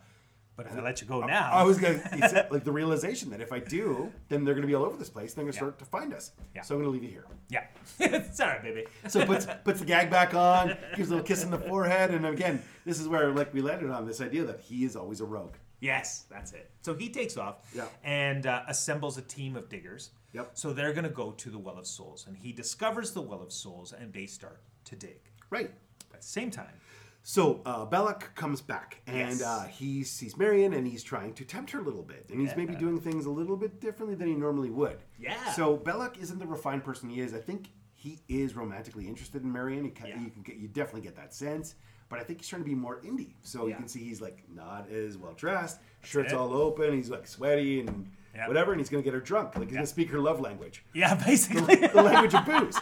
But if I let you go now, I was gonna he said, like the realization that if I do, then they're gonna be all over this place. They're gonna start to find us. Yeah. So I'm gonna leave you here. yeah, it's all right, baby. So puts puts the gag back on, gives a little kiss on the forehead, and again, this is where like we landed on this idea that he is always a rogue. Yes, that's it. So he takes off Yeah. and uh, assembles a team of diggers. Yep. So they're going to go to the Well of Souls, and he discovers the Well of Souls, and they start to dig. Right. But at the same time, So uh, Belloc comes back, and Yes. uh, he sees Marion, and he's trying to tempt her a little bit, and he's maybe doing things a little bit differently than he normally would. Yeah. So Belloc isn't the refined person he is. I think he is romantically interested in Marion. You, ca- Yeah. you can get, you definitely get that sense, but I think he's trying to be more indie. So you Yeah. can see he's like not as well dressed, shirt's it. all open, he's like sweaty and Yeah. whatever, and he's gonna get her drunk. Like he's gonna speak her love language yeah, basically. the language of booze.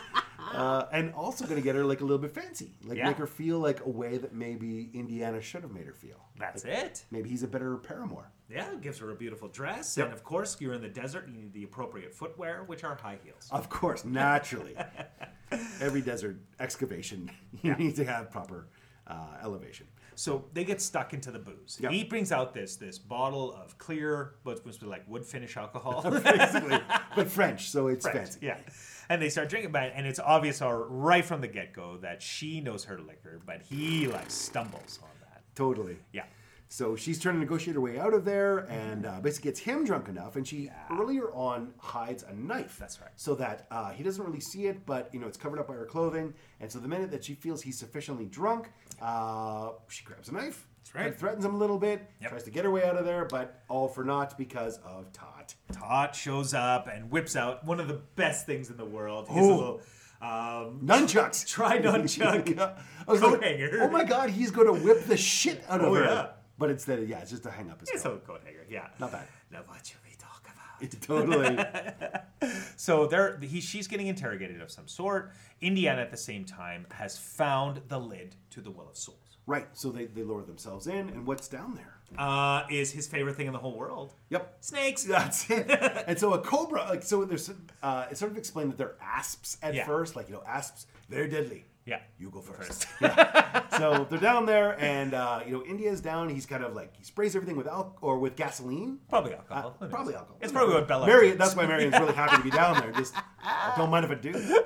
Uh, and also going to get her like a little bit fancy, like Yeah. make her feel like a way that maybe Indiana should have made her feel. that's it. Maybe he's a better paramour. Yeah, gives her a beautiful dress. Yep. And of course, you're in the desert, you need the appropriate footwear, which are high heels. Of course, naturally, every desert excavation you need to have proper uh, elevation. So they get stuck into the booze. Yep. He brings out this this bottle of clear, but was like wood finish alcohol. Basically, but French, so it's fancy. Yeah. And they start drinking about it, and it's obvious or right from the get go that she knows her liquor, but he like stumbles on that. Totally. Yeah. So she's trying to negotiate her way out of there, and uh, basically gets him drunk enough. And she earlier on hides a knife. That's right. So that uh, he doesn't really see it, but you know it's covered up by her clothing. And so the minute that she feels he's sufficiently drunk, uh, she grabs a knife. That's right. Threatens him a little bit. Yep. Tries to get her way out of there, but all for naught because of Todd. Todd shows up and whips out one of the best things in the world. His little um, Nunchucks. Try nunchuck. I was Coat like, hanger. oh my god, he's going to whip the shit out of Oh, her. yeah. But instead, yeah, it's just a hang up his it's coat. a coat hanger, yeah. Not bad. Now what should we talk about? Totally. So there, he, she's getting interrogated of some sort. Indiana at the same time has found the lid to the Well of Souls. Right. So they, they lower themselves in, and what's down there? Uh, is his favorite thing in the whole world. Yep. Snakes. That's it. and so a cobra, like so, there's uh, it's sort of explained that they're asps at Yeah. first, like you know, asps, they're deadly. Yeah. You go first. yeah. So they're down there, and uh, you know, India's down. He's kind of like he sprays everything with alcohol or with gasoline. Probably Uh, alcohol. Who knows? probably alcohol. It's probably what Bella. Marion. That's why Marion's really happy to be down there. Just I don't mind if I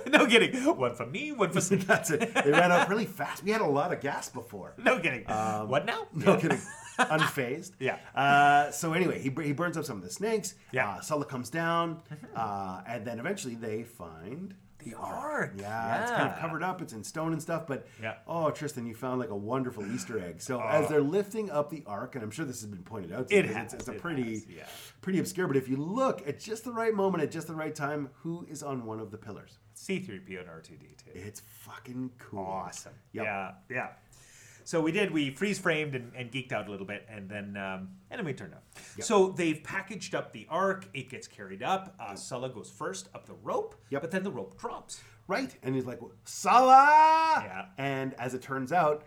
do. No kidding. One for me, one for Sinatra. That's it. They ran up really fast. We had a lot of gas before. No kidding. what now? Um, No kidding. Unfazed. Yeah. Uh, so anyway, he, bur- he burns up some of the snakes. Yeah. Uh, Sulla comes down, uh, and then eventually they find. The arc. Yeah, it's kind of covered up. It's in stone and stuff, but Yeah. Oh. oh, Tristan, you found like a wonderful Easter egg. So as they're lifting up the ark, and I'm sure this has been pointed out, to you, It 'cause has, it's, it's a it pretty, has, yeah. pretty obscure. But if you look at just the right moment, at just the right time, who is on one of the pillars? C3PO and R2D2. It's fucking cool. Awesome. Yep. Yeah. Yeah. So we did. We freeze framed and, and geeked out a little bit, and then um, and then we turned up. So they've packaged up the arc. It gets carried up. Uh, Sulla goes first up the rope, Yep. but then the rope drops. Right. And he's like, Salah! Yeah. And as it turns out,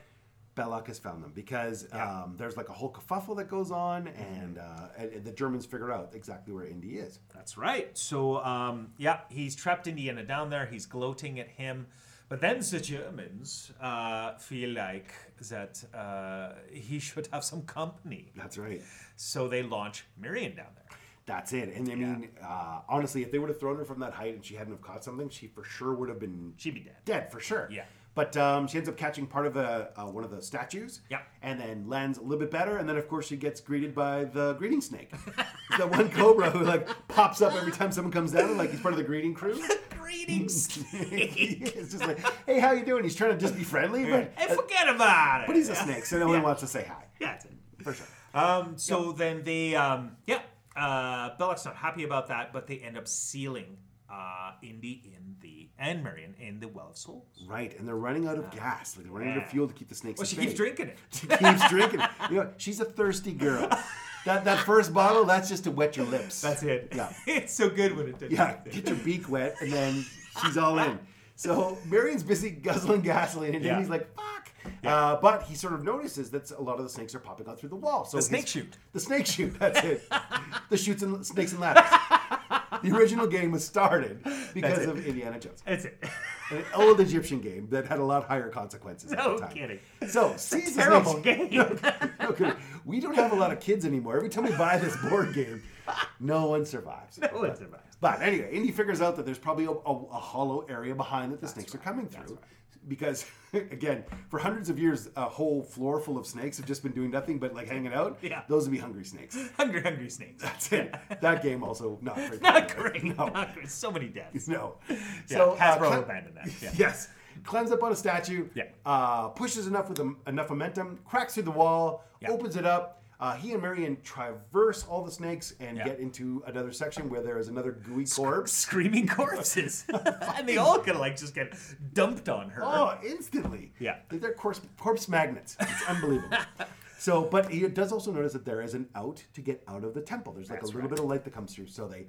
Belloc has found them because um, there's like a whole kerfuffle that goes on, and, uh, and, and the Germans figure out exactly where Indy is. That's right. So, um, yeah, he's trapped Indiana down there. He's gloating at him. But then the Germans uh, feel like that uh, he should have some company. That's right. So they launch Miriam down there. That's it. And I mean, uh, honestly, if they would have thrown her from that height and she hadn't have caught something, she for sure would have been She'd be dead. dead for sure. Yeah. But um, she ends up catching part of a, uh, one of the statues. Yeah. And then lands a little bit better, and then of course she gets greeted by the greeting snake, the one cobra who like pops up every time someone comes down, like he's part of the greeting crew. Greetings. it's just like, hey, how you doing? He's trying to just be friendly, but uh, and forget about it. but he's a snake, so no one Yeah. wants to say hi. Yeah, that's it. For sure. Um, so then they, um, yeah, uh, Belloc's not happy about that, but they end up sealing uh, Indy in the, and Marion in the Well of Souls. Right, and they're running out of gas. Like they're running out Yeah. of fuel to keep the snakes. Well, at she bay. keeps drinking it. She keeps drinking. You know, she's a thirsty girl. That that first bottle, that's just to wet your lips. That's it. Yeah. it's so good when it does. Yeah, get your beak wet, and then she's all in. So Marion's busy guzzling gasoline, and Yeah. Andy's like, "Fuck!" Uh, but he sort of notices that a lot of the snakes are popping out through the wall. So The snake his- shoot. The snake shoot. That's it. the shoots and snakes and ladders. the original game was started because it. of Indiana Jones, That's it. an old Egyptian game that had a lot higher consequences. at No the time. kidding. So sees the terrible snakes- game. No kidding. we don't have a lot of kids anymore. Every time we buy this board game, no one survives. Oh, it's a mess. But anyway, Indy figures out that there's probably a, a- a hollow area behind that the snakes are coming through. Because, again, for hundreds of years, a whole floor full of snakes have just been doing nothing but like hanging out. Yeah. Those would be hungry snakes. Hungry, hungry snakes. That's it. That game also not very Not popular. great. No. Not great. So many deaths. No. Yeah, So uh, Hasbro Clem- abandoned that. Yeah. Yes. Climbs up on a statue. Yeah. Uh, pushes enough with em- enough momentum, cracks through the wall, Yeah. opens it up. Uh, he and Marion traverse all the snakes and Yeah. get into another section where there is another gooey corpse. Screaming corpses. and they all gonna like just get dumped on her. Oh, instantly. Yeah. Like they're corpse, corpse magnets. It's unbelievable. so, but he does also notice that there is an out to get out of the temple. There's like a That's little right. bit of light that comes through. So they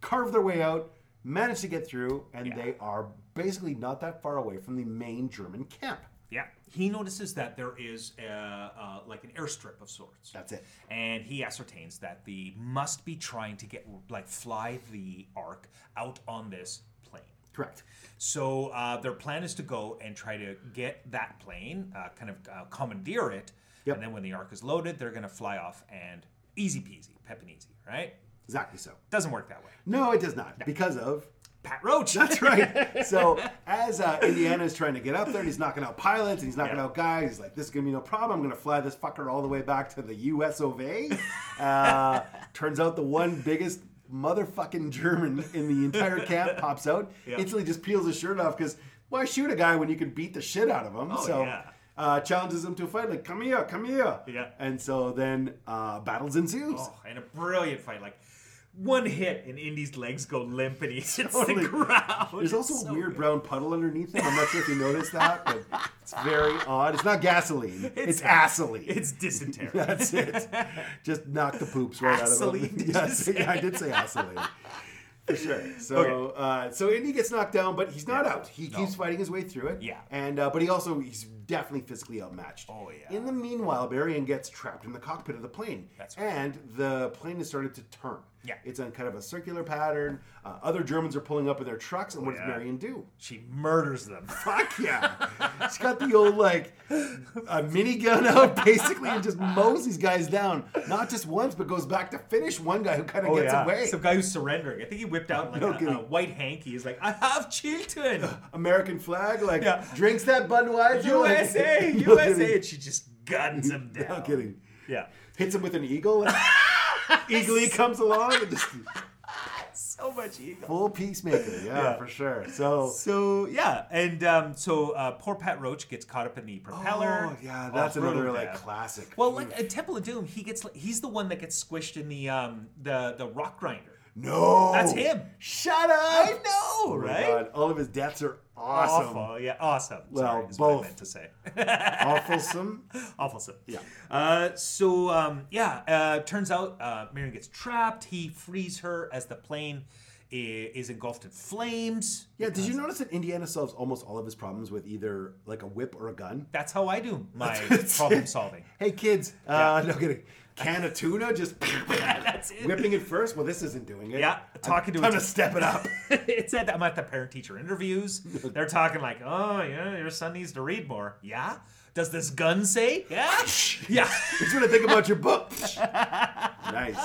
carve their way out, manage to get through, and Yeah. they are basically not that far away from the main German camp. Yeah. He notices that there is uh uh, like an airstrip of sorts. That's it. And he ascertains that the must be trying to get like fly the ark out on this plane. Correct. So uh, their plan is to go and try to get that plane, uh, kind of uh, commandeer it, Yep. and then when the ark is loaded, they're going to fly off and easy peasy, peppin easy, right? Exactly so. Doesn't work that way. No, it does not. Because of Pat Roach. That's right. So as uh, Indiana's trying to get up there, and he's knocking out pilots, and he's knocking Yeah. out guys. He's like, "This is gonna be no problem. I'm gonna fly this fucker all the way back to the U.S. of A." Uh, turns out the one biggest motherfucking German in the entire camp pops out. Yeah. Instantly, just peels his shirt off because why shoot a guy when you can beat the shit out of him? Oh, so. yeah. Uh, challenges him to a fight, like come here, come here, Yeah. and so then uh, battles ensues. Oh, and a brilliant fight. Like one hit, and Indy's legs go limp, and he hits Totally. the ground. It's There's also so a weird good. brown puddle underneath him. I'm not sure if you noticed that, but it's very odd. It's not gasoline. It's, acetylene. It's dysentery. That's it. Just knock the poops right out Acetylene, of did him. you Yes, say? yeah, I did say acetylene. For sure. So, Okay. uh, so Indy gets knocked down, but he's not out. He No. keeps fighting his way through it. Yeah. And uh, but he also he's definitely physically outmatched. Oh, yeah. In the meanwhile, Marion gets trapped in the cockpit of the plane. That's right. And the plane has started to turn. Yeah. It's on kind of a circular pattern. Uh, other Germans are pulling up with their trucks, and what does Oh, yeah. Marion do? She murders them. Fuck yeah. She's got the old, like, a minigun out, basically, and just mows these guys down. Not just once, but goes back to finish one guy who kind of Oh, gets away. Some guy who's surrendering. I think he whipped out like No a, kidding. a white hanky. He's like, I have children. American flag, like, Yeah. drinks that Budweiser. like- USA, No USA. kidding. And she just guns him down. No kidding. Yeah. Hits him with an eagle. and- Eagle he comes along and just So much ego. full peacemaker. Yeah, Yeah. for sure. So, So yeah, and um, so uh, poor Pat Roach gets caught up in the propeller. oh yeah, Oh, that's brutal another like death. classic. Well, like at Temple of Doom, he gets he's the one that gets squished in the um the the rock grinder. no, That's him. Shut up. I know, Oh my right? God, All of his deaths are awesome. Awful, yeah, awesome. Well, Sorry, is what I both. meant to say. Awfulsome. Awful stuff. Yeah. Uh, so um, yeah, uh, turns out uh, Marion gets trapped. He frees her as the plane i- is engulfed in flames. Yeah, did you notice that Indiana solves almost all of his problems with either like a whip or a gun? That's how I do my That's problem it. solving. Hey kids, uh, no kidding. Can of tuna, just That's it. whipping it first. Well, this isn't doing it. Yeah, talking to I'm a- to step it up. it said that I'm at the parent teacher interviews. They're talking like, oh, yeah, your son needs to read more. Yeah? Does this gun say? Yeah. yeah. It's what I think about your book. nice.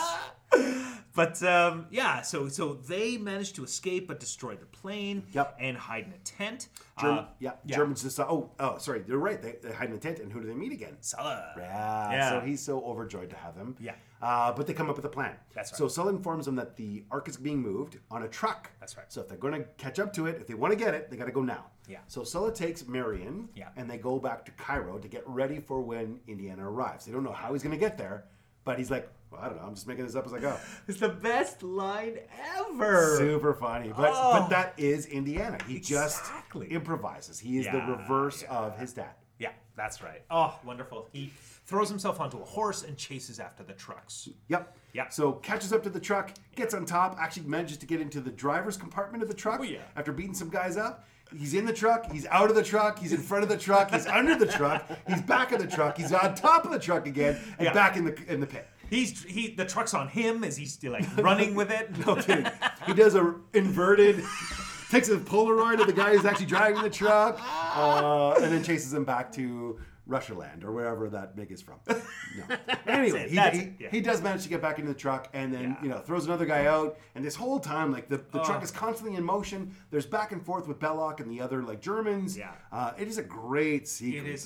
But um, yeah, so so they managed to escape but destroy the plane Yep. and hide in a tent. Germ- Uh, yeah, yeah. Germans just saw. Oh, oh, sorry, they're right. They, they hide in a tent, and who do they meet again? Sulla. Yeah. Yeah. So he's so overjoyed to have them. Yeah. Uh, but they come up with a plan. That's right. So Sulla informs them that the Ark is being moved on a truck. That's right. So if they're going to catch up to it, if they want to get it, they got to go now. Yeah. So Sulla takes Marion. Yeah. And they go back to Cairo to get ready for when Indiana arrives. They don't know how he's going to get there, but he's like, well, I don't know. I'm just making this up as I go. It's the best line ever. Super funny. But Oh. but that is Indiana. He Exactly. just improvises. He is Yeah, the reverse of his dad. Yeah, that's right. Oh, wonderful. He throws himself onto a horse and chases after the trucks. Yep. Yeah. So catches up to the truck, gets on top, actually manages to get into the driver's compartment of the truck Oh, yeah. after beating some guys up. He's in the truck. He's out of the truck. He's in front of the truck. He's under the truck. He's back of the truck. He's on top of the truck again, and Yeah. back in the in the pit. He's he. The truck's on him. Is he still like running with it? No kidding. He does a inverted, takes a Polaroid of the guy who's actually driving the truck, uh, and then chases him back to Russia land or wherever that mig is from. No. Anyway, it, he, that's he- it, yeah. he does manage to get back into the truck and then, Yeah. Oh. you know, throws another guy out. And this whole time, like, the, the truck is constantly in motion. There's back and forth with Belloc and the other, like, Germans. Yeah. Uh, it is a great It sequence.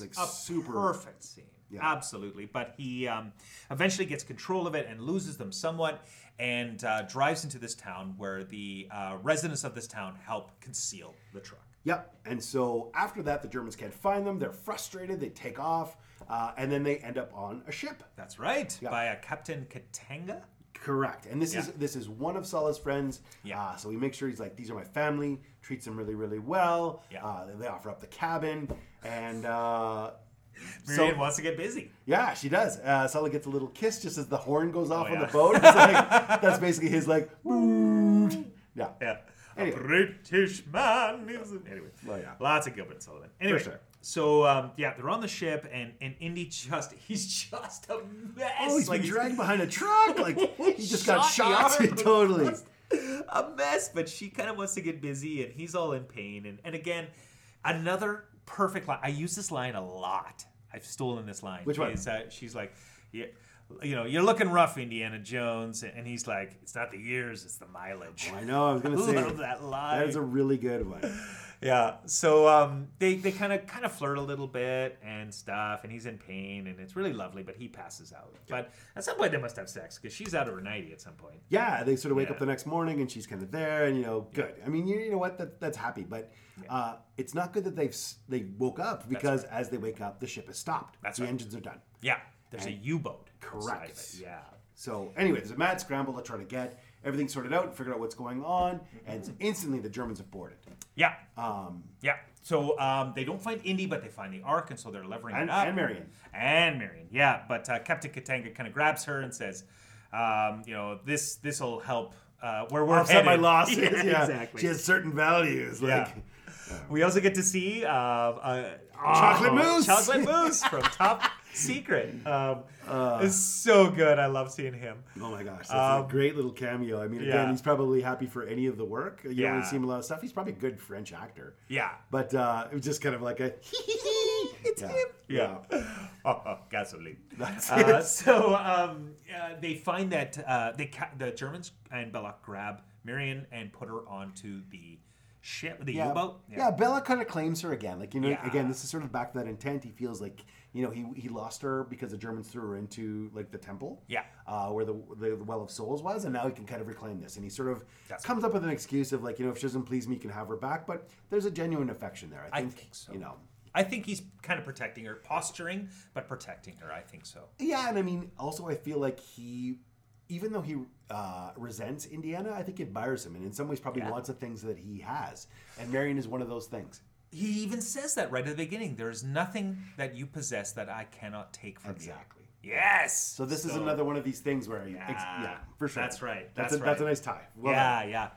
is like, a super. perfect scene. Absolutely. But he um, eventually gets control of it and loses them somewhat and uh, drives into this town where the uh, residents of this town help conceal the truck. Yep. And so after that, the Germans can't find them. They're frustrated. They take off. Uh, and then they end up on a ship. That's right. By a Captain Katanga. Correct. And this is Yeah. this is one of Sala's friends. Yeah. Uh, so we make sure he's like, these are my family. Treats them really, really well. Yeah. Uh, they offer up the cabin, and uh, Miriam wants to get busy. yeah, she does. Uh, Sala gets a little kiss just as the horn goes off on Oh, yeah. the boat. It's like, that's basically his like. "Woot." Yeah. Yeah. Anyway. A British man is an- anyway. Well, yeah. Lots of Gilbert and Sullivan. Anyway, sure. so um, yeah, they're on the ship, and and Indy just he's just a mess. Oh, he's Like, been dragged behind a truck. Like he just got Shot shot. in the arm. totally. a mess, but she kind of wants to get busy and he's all in pain. And, and again, another perfect line. I use this line a lot. I've stolen this line. Which one? Is, uh, she's like, yeah, you know, you're looking rough, Indiana Jones. And he's like, it's not the years, it's the mileage. I know. I was gonna say Love that line. that is a really good one. Yeah. So um, they they kind of kind of flirt a little bit and stuff, and he's in pain, and it's really lovely, but he passes out. But at some point they must have sex because she's out of her ninety at some point. yeah, they sort of wake Yeah. up the next morning and she's kind of there, and you know, good. I mean, you, you know what? That, that's happy, but uh, it's not good that they've s- they woke up because as they wake up, the ship has stopped. That's the right. engines are done. Yeah. There's a U boat. Correct. Yeah. So anyway, there's a mad scramble to try to get everything sorted out and figure out what's going on, and Mm-hmm. instantly the Germans have boarded. Yeah. Um, yeah. So um, they don't find Indy, but they find the Ark, and so they're levering And- it up. and Marion. And Marion, yeah. But uh, Captain Katanga kind of grabs her and says, um, "You know, this this will help uh, where we're Offset my headed." losses. Yeah, yeah. exactly. She has certain values. Like, Yeah. We also get to see uh, uh, Ah, Chocolate oh, Moose. Chocolate Moose from Top Secret. Um, Ah. it's so good. I love seeing him. Oh my gosh, that's a great little cameo. I mean, again, Um, yeah. he's probably happy for any of the work. You Yeah. don't see him in a lot of stuff. He's probably a good French actor. Yeah. But uh, it was just kind of like a it's him. Yeah. Oh, oh, gasoline. Uh, so um, uh, they find that uh, they ca- the Germans and Belloc grab Marion and put her onto the ship, the Yeah. U-boat. yeah. Bella kind of claims her again. Like, you know, Yeah. again, this is sort of back to that intent. He feels like, you know, he, he lost her because the Germans threw her into, like, the temple. Yeah. Uh, where the, the Well of Souls was. And now he can kind of reclaim this. And he sort of That's comes up with an excuse of, like, you know, if she doesn't please me, you can have her back. But there's a genuine affection there. I think, think so. You know. I think he's kind of protecting her, posturing, but protecting her. I think so. Yeah, and I mean, also, I feel like he, even though he uh, resents Indiana, I think he admires him, and in some ways, probably wants the things that he has. And Marion is one of those things. He even says that right at the beginning. There is nothing that you possess that I cannot take from Exactly. you. Yes. So this is another one of these things where, yeah, yeah for sure, that's right, That's that's a, that's a right. nice tie. Well yeah, done. yeah.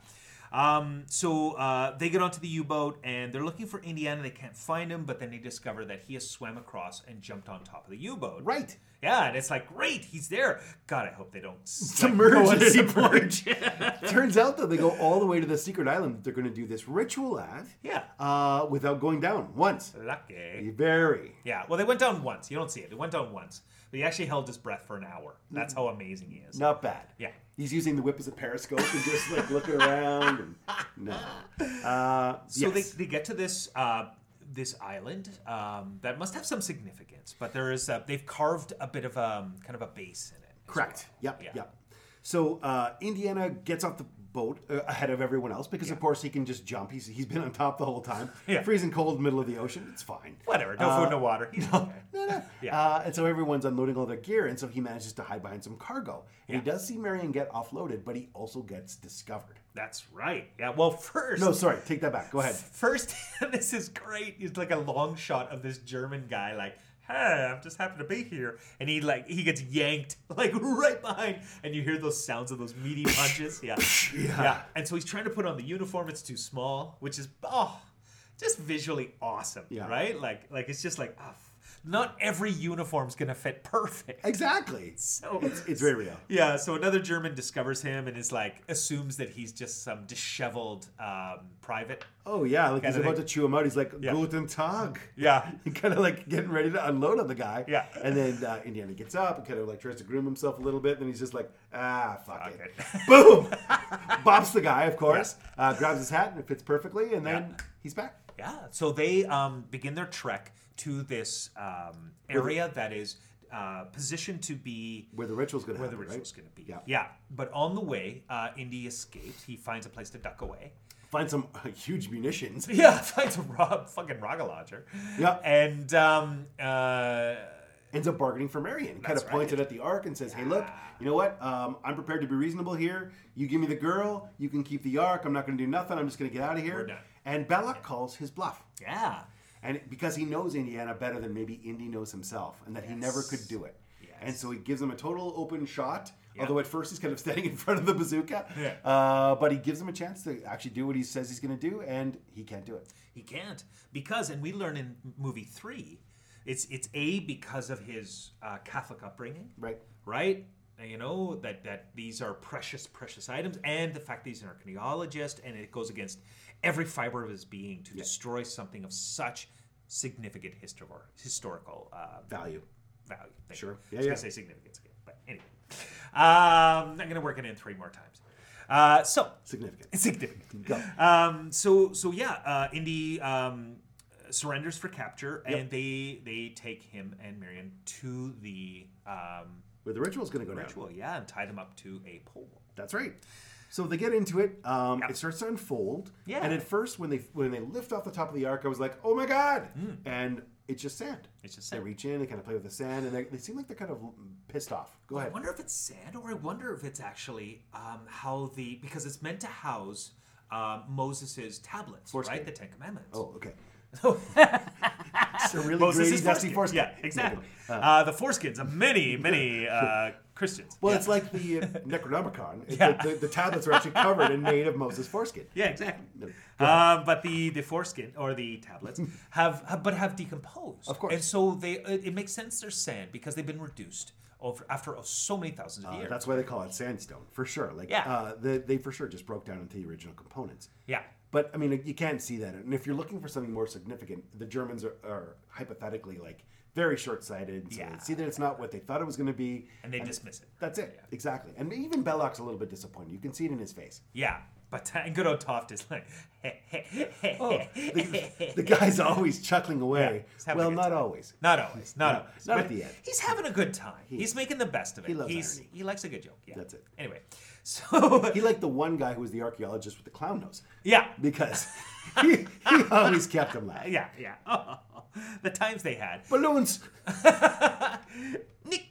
Um, so uh, they get onto the U-boat and they're looking for Indiana. They can't find him, but then they discover that he has swam across and jumped on top of the U-boat. right. Yeah, and it's like, great, he's there. God, I hope they don't Submerge go it. and submerge it. Turns out though, they go all the way to the secret island that they're going to do this ritual at. Yeah. Uh, without going down once. Lucky. Very. Yeah. Well, they went down once. You don't see it. They went down once, but he actually held his breath for an hour. That's how amazing he is. Not bad. Yeah. He's using the whip as a periscope and just like looking around. And, no. Uh, So yes. they, they get to this uh, this island um, that must have some significance, but there is a, they've carved a bit of a kind of a base in it. as Correct. well. Yep. Yeah. Yep. So uh, Indiana gets off the boat uh, ahead of everyone else because, of course, he can just jump. He's, he's been on top the whole time, Yeah. freezing cold, middle of the ocean. It's fine. Whatever. No food, no water. He's okay. Yeah. Uh, and so everyone's unloading all their gear, and so he manages to hide behind some cargo. And he does see Marion get offloaded, but he also gets discovered. That's right. Yeah. Well, first. No, sorry, take that back. Go ahead. First, this is great. It's like a long shot of this German guy, like, "Hey, I'm just happy to be here," and he like he gets yanked like right behind, and you hear those sounds of those meaty punches. Yeah. yeah, And so he's trying to put on the uniform; it's too small, which is oh, just visually awesome, Yeah. right? Like like it's just like ah, f- not every uniform's gonna fit perfect. Exactly. So It's, it's very real. yeah, so another German discovers him and is like assumes that he's just some disheveled um, private. Oh yeah, like he's Kinda about thing. to chew him out. He's like Yeah. Guten Tag. Yeah, kind of like getting ready to unload on the guy. Yeah. And then uh, Indiana gets up and kind of like tries to groom himself a little bit. And then he's just like, ah, fuck, it. it. Boom! Bops the guy, of course. Uh, grabs his hat and it fits perfectly. And then he's back. yeah. So they um, begin their trek to this um, area that is uh, positioned to be Where the ritual's going to where happen. the ritual's right? going to be. Yeah. But on the way, uh, Indy escapes. He finds a place to duck away. Find some uh, huge munitions. Yeah, finds a rob fucking Rogalager. Yeah. And um, uh, ends up bargaining for Marion. Kind That's of pointed at the Ark and says, "Hey, look, you know what? Um, I'm prepared to be reasonable here. You give me the girl, you can keep the Ark. I'm not going to do nothing. I'm just going to get out of here." We're done. And Balak calls his bluff, Yeah. and because he knows Indiana better than maybe Indy knows himself, and that he never could do it. And so he gives him a total open shot. Although at first he's kind of standing in front of the bazooka, Yeah. uh, but he gives him a chance to actually do what he says he's going to do, and he can't do it. He can't because, and we learn in movie three, it's it's a because of his uh, Catholic upbringing, Right? right? And You know that that these are precious, precious items, and the fact that he's an archaeologist, and it goes against every fiber of his being to destroy something of such significant histor- historical uh, Value. value. Thank Sure. you. Yeah, I was yeah. gonna say significance again, but anyway, um, I'm gonna work it in three more times. Uh, so Significant. significant. Go. Um, so so yeah, uh, Indy um, surrenders for capture, and they they take him and Marion to the um, Where the ritual's going to go down. ritual, yeah, and tie them up to a pole. That's right. So they get into it. Um, It starts to unfold. Yeah. And at first, when they when they lift off the top of the ark, I was like, "Oh my god!" And it's just sand. It's just They sand. reach in, they kind of play with the sand, and they, they seem like they're kind of pissed off. Go I ahead. wonder if it's sand, or I wonder if it's actually um, how the because it's meant to house um, Moses's tablets, right? The Ten Commandments. Oh, okay. It's a really Moses' gritty, dusty foreskin. Yeah, exactly. Uh, the foreskins of many, many uh, Christians. Well, it's like the uh, Necronomicon. It- Yeah. the, the, the tablets are actually covered and made of Moses' foreskin. Yeah, exactly. Uh, but the the foreskin or the tablets have, have but have decomposed. Of course. And so they uh, it it makes sense they're sand because they've been reduced over after so many thousands of Uh, years. that's why they call it sandstone, for sure. Like, Yeah. uh, the, they for sure just broke down into the original components. yeah. But I mean, you can see that. And if you're looking for something more significant, the Germans are, are hypothetically like very short-sighted. So Yeah. they see that it's not what they thought it was going to be, And they dismiss it. That's it, exactly. And even Belloc's a little bit disappointed. You can see it in his face. Yeah. But and good old Toft is like, Oh, the, the guy's always chuckling away. he's having a well, good not time. always. not always, not always. not but at the end. He's having a good time. he's making the best of it. he loves he's, irony. He likes a good joke. Yeah. That's it. Anyway, so He liked the one guy who was the archaeologist with the clown nose yeah, because he, he always kept him laughing. yeah, yeah. the times they had. Balloons. Nick.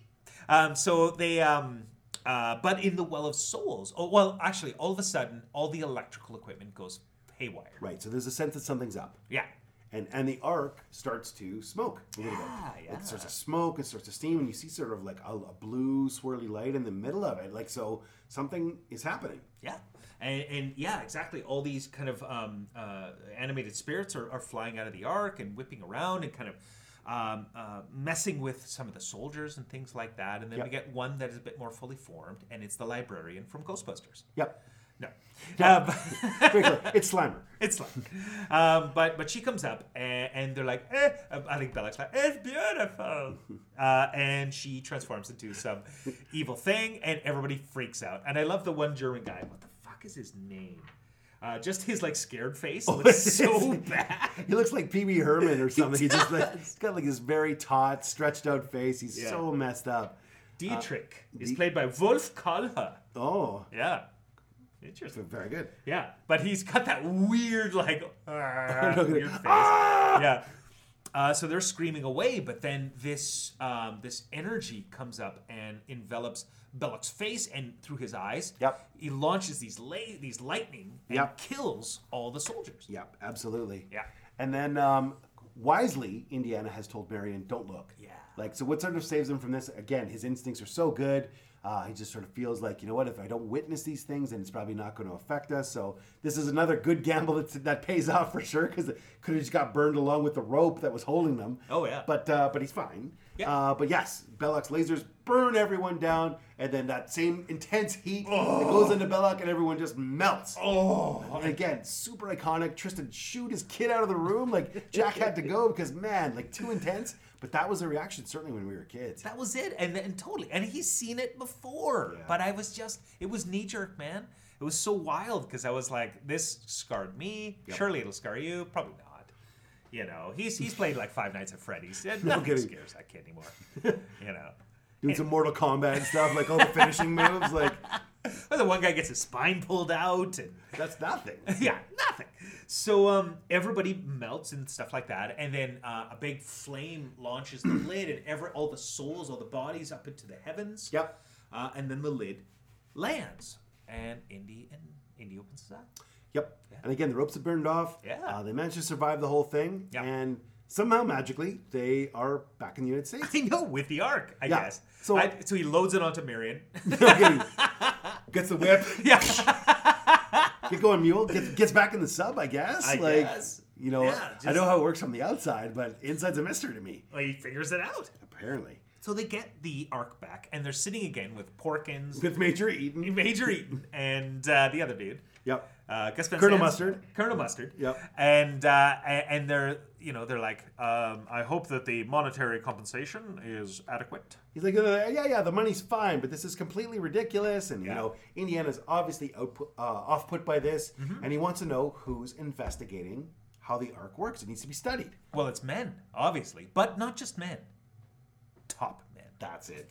Um, so they, um, uh, but in the Well of Souls, oh, well, actually, all of a sudden, all the electrical equipment goes haywire. Right. So there's a sense that something's up. Yeah. and and the arc starts to smoke a little Yeah, bit. Ah, yeah. It starts to smoke, it starts to steam, and you see sort of like a, a blue swirly light in the middle of it. Like so, something is happening. Yeah. And, and yeah, exactly. All these kind of um, uh, animated spirits are, are flying out of the ark and whipping around and kind of um, uh, messing with some of the soldiers and things like that. And then we Yep. get one that is a bit more fully formed, and it's the librarian from Ghostbusters. Yep, No. Uh, but- Very clear. it's Slimer. It's like, um, but but she comes up and, and they're like, eh, I think Belloc's like, it's beautiful, uh, and she transforms into some evil thing, and everybody freaks out. And I love the one German guy. What the fuck is his name? Uh, just his like scared face looks so bad. He looks like Pee Wee Herman or something. He's just like he's got like this very taut, stretched out face. He's Yeah. so messed up. Dietrich is Die- played by Wolf Kalha. Oh, Yeah, interesting. very good. Yeah, but he's got that weird like weird face. Ah! Yeah. Uh, so they're screaming away, but then this um, this energy comes up and envelops Belloc's face and through his eyes. Yep. He launches these la- these lightning and Yep. kills all the soldiers. Yep, absolutely. Yeah. And then um, wisely, Indiana has told Marion, "Don't look." Yeah. Like so, what sort of saves him from this? Again, his instincts are so good. Uh, he just sort of feels like, you know what, if I don't witness these things, then it's probably not going to affect us. So this is another good gamble that, that pays off for sure because it could have just got burned along with the rope that was holding them. Oh, yeah. But uh, but he's fine. Yeah. Uh, but yes, Belloc's lasers burn everyone down, and then that same intense heat that goes into Belloc, and everyone just melts. And again, super iconic. Tristan shoot his kid out of the room. Like Jack had to go because man, like too intense. But that was the reaction certainly when we were kids. That was it, and and totally, and he's seen it before. Yeah. But I was just, it was knee jerk, man. It was so wild because I was like, this scarred me. Surely it'll scar you. Probably not. You know, he's he's played like Five Nights at Freddy's. Yeah, Nothing kidding. scares that kid anymore. you know, Doing some Mortal Kombat and stuff, like all the finishing moves, like Well, the one guy gets his spine pulled out, and that's nothing. yeah, nothing. So um, everybody melts and stuff like that, and then uh, a big flame launches the lid, and every all the souls, all the bodies up into the heavens. Yep. Uh, and then the lid lands, and Indy and Indy opens it up. Yep. And again, the ropes have burned off. Yeah. Uh, they managed to survive the whole thing, Yeah. and somehow magically they are back in the United States. I know with the arc, I Yeah. guess. So- So I, so he loads it onto Marion. No kidding. Gets the whip. yeah. Get going, mule. Gets, gets back in the sub, I guess. I like, guess. you know, Yeah, I just- know how it works from the outside, but inside's a mystery to me. Well, he figures it out. Apparently, So they get the arc back, and they're sitting again with Porkins, with Major Eaton. Major Eaton, and uh, the other dude. Yep. uh, Gus Van Colonel Sant's- Mustard. Colonel Mustard. Yep. And uh, a- and they're you know they're like, um, I hope that the monetary compensation is adequate. He's like, uh, yeah, yeah, the money's fine, but this is completely ridiculous, and you Yeah. know, Indiana's obviously output, uh, off put by this, Mm-hmm. and he wants to know who's investigating how the arc works. It needs to be studied. Well, it's men, obviously, but not just men. Top men. That's it.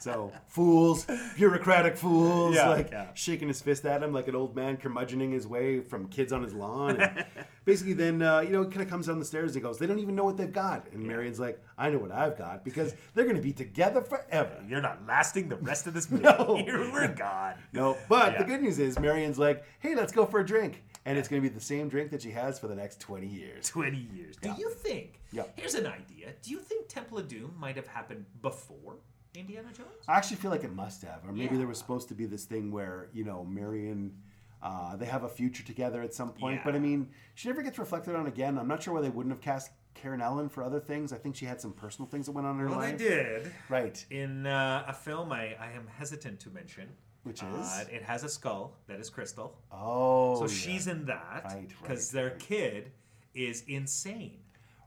so fools, bureaucratic fools, Yeah, like yeah. shaking his fist at him like an old man curmudgeoning his way from kids on his lawn. And basically, then uh, you know, kind of comes down the stairs and goes, "They don't even know what they've got." And Marion's like, "I know what I've got because they're going to be together forever." You're not lasting the rest of this movie. No. You're, we're gone. No, but the Yeah. good news is Marion's like, "Hey, let's go for a drink," and it's going to be the same drink that she has for the next twenty years. Twenty years. Do you think? Yeah. Here's an idea. Do you think Temple of Doom might have happened before Indiana Jones? I actually feel like it must have, or maybe Yeah. there was supposed to be this thing where you know Marion, uh, they have a future together at some point. But I Yeah. mean, she never gets reflected on again. I'm not sure why they wouldn't have cast Karen Allen for other things. I think she had some personal things that went on in her Well, they life. did. Right. in uh, a film I, I am hesitant to mention. Which Uh, is? it has a skull that is crystal. Oh, so yeah. she's in that Right, because right, their right. kid is insane.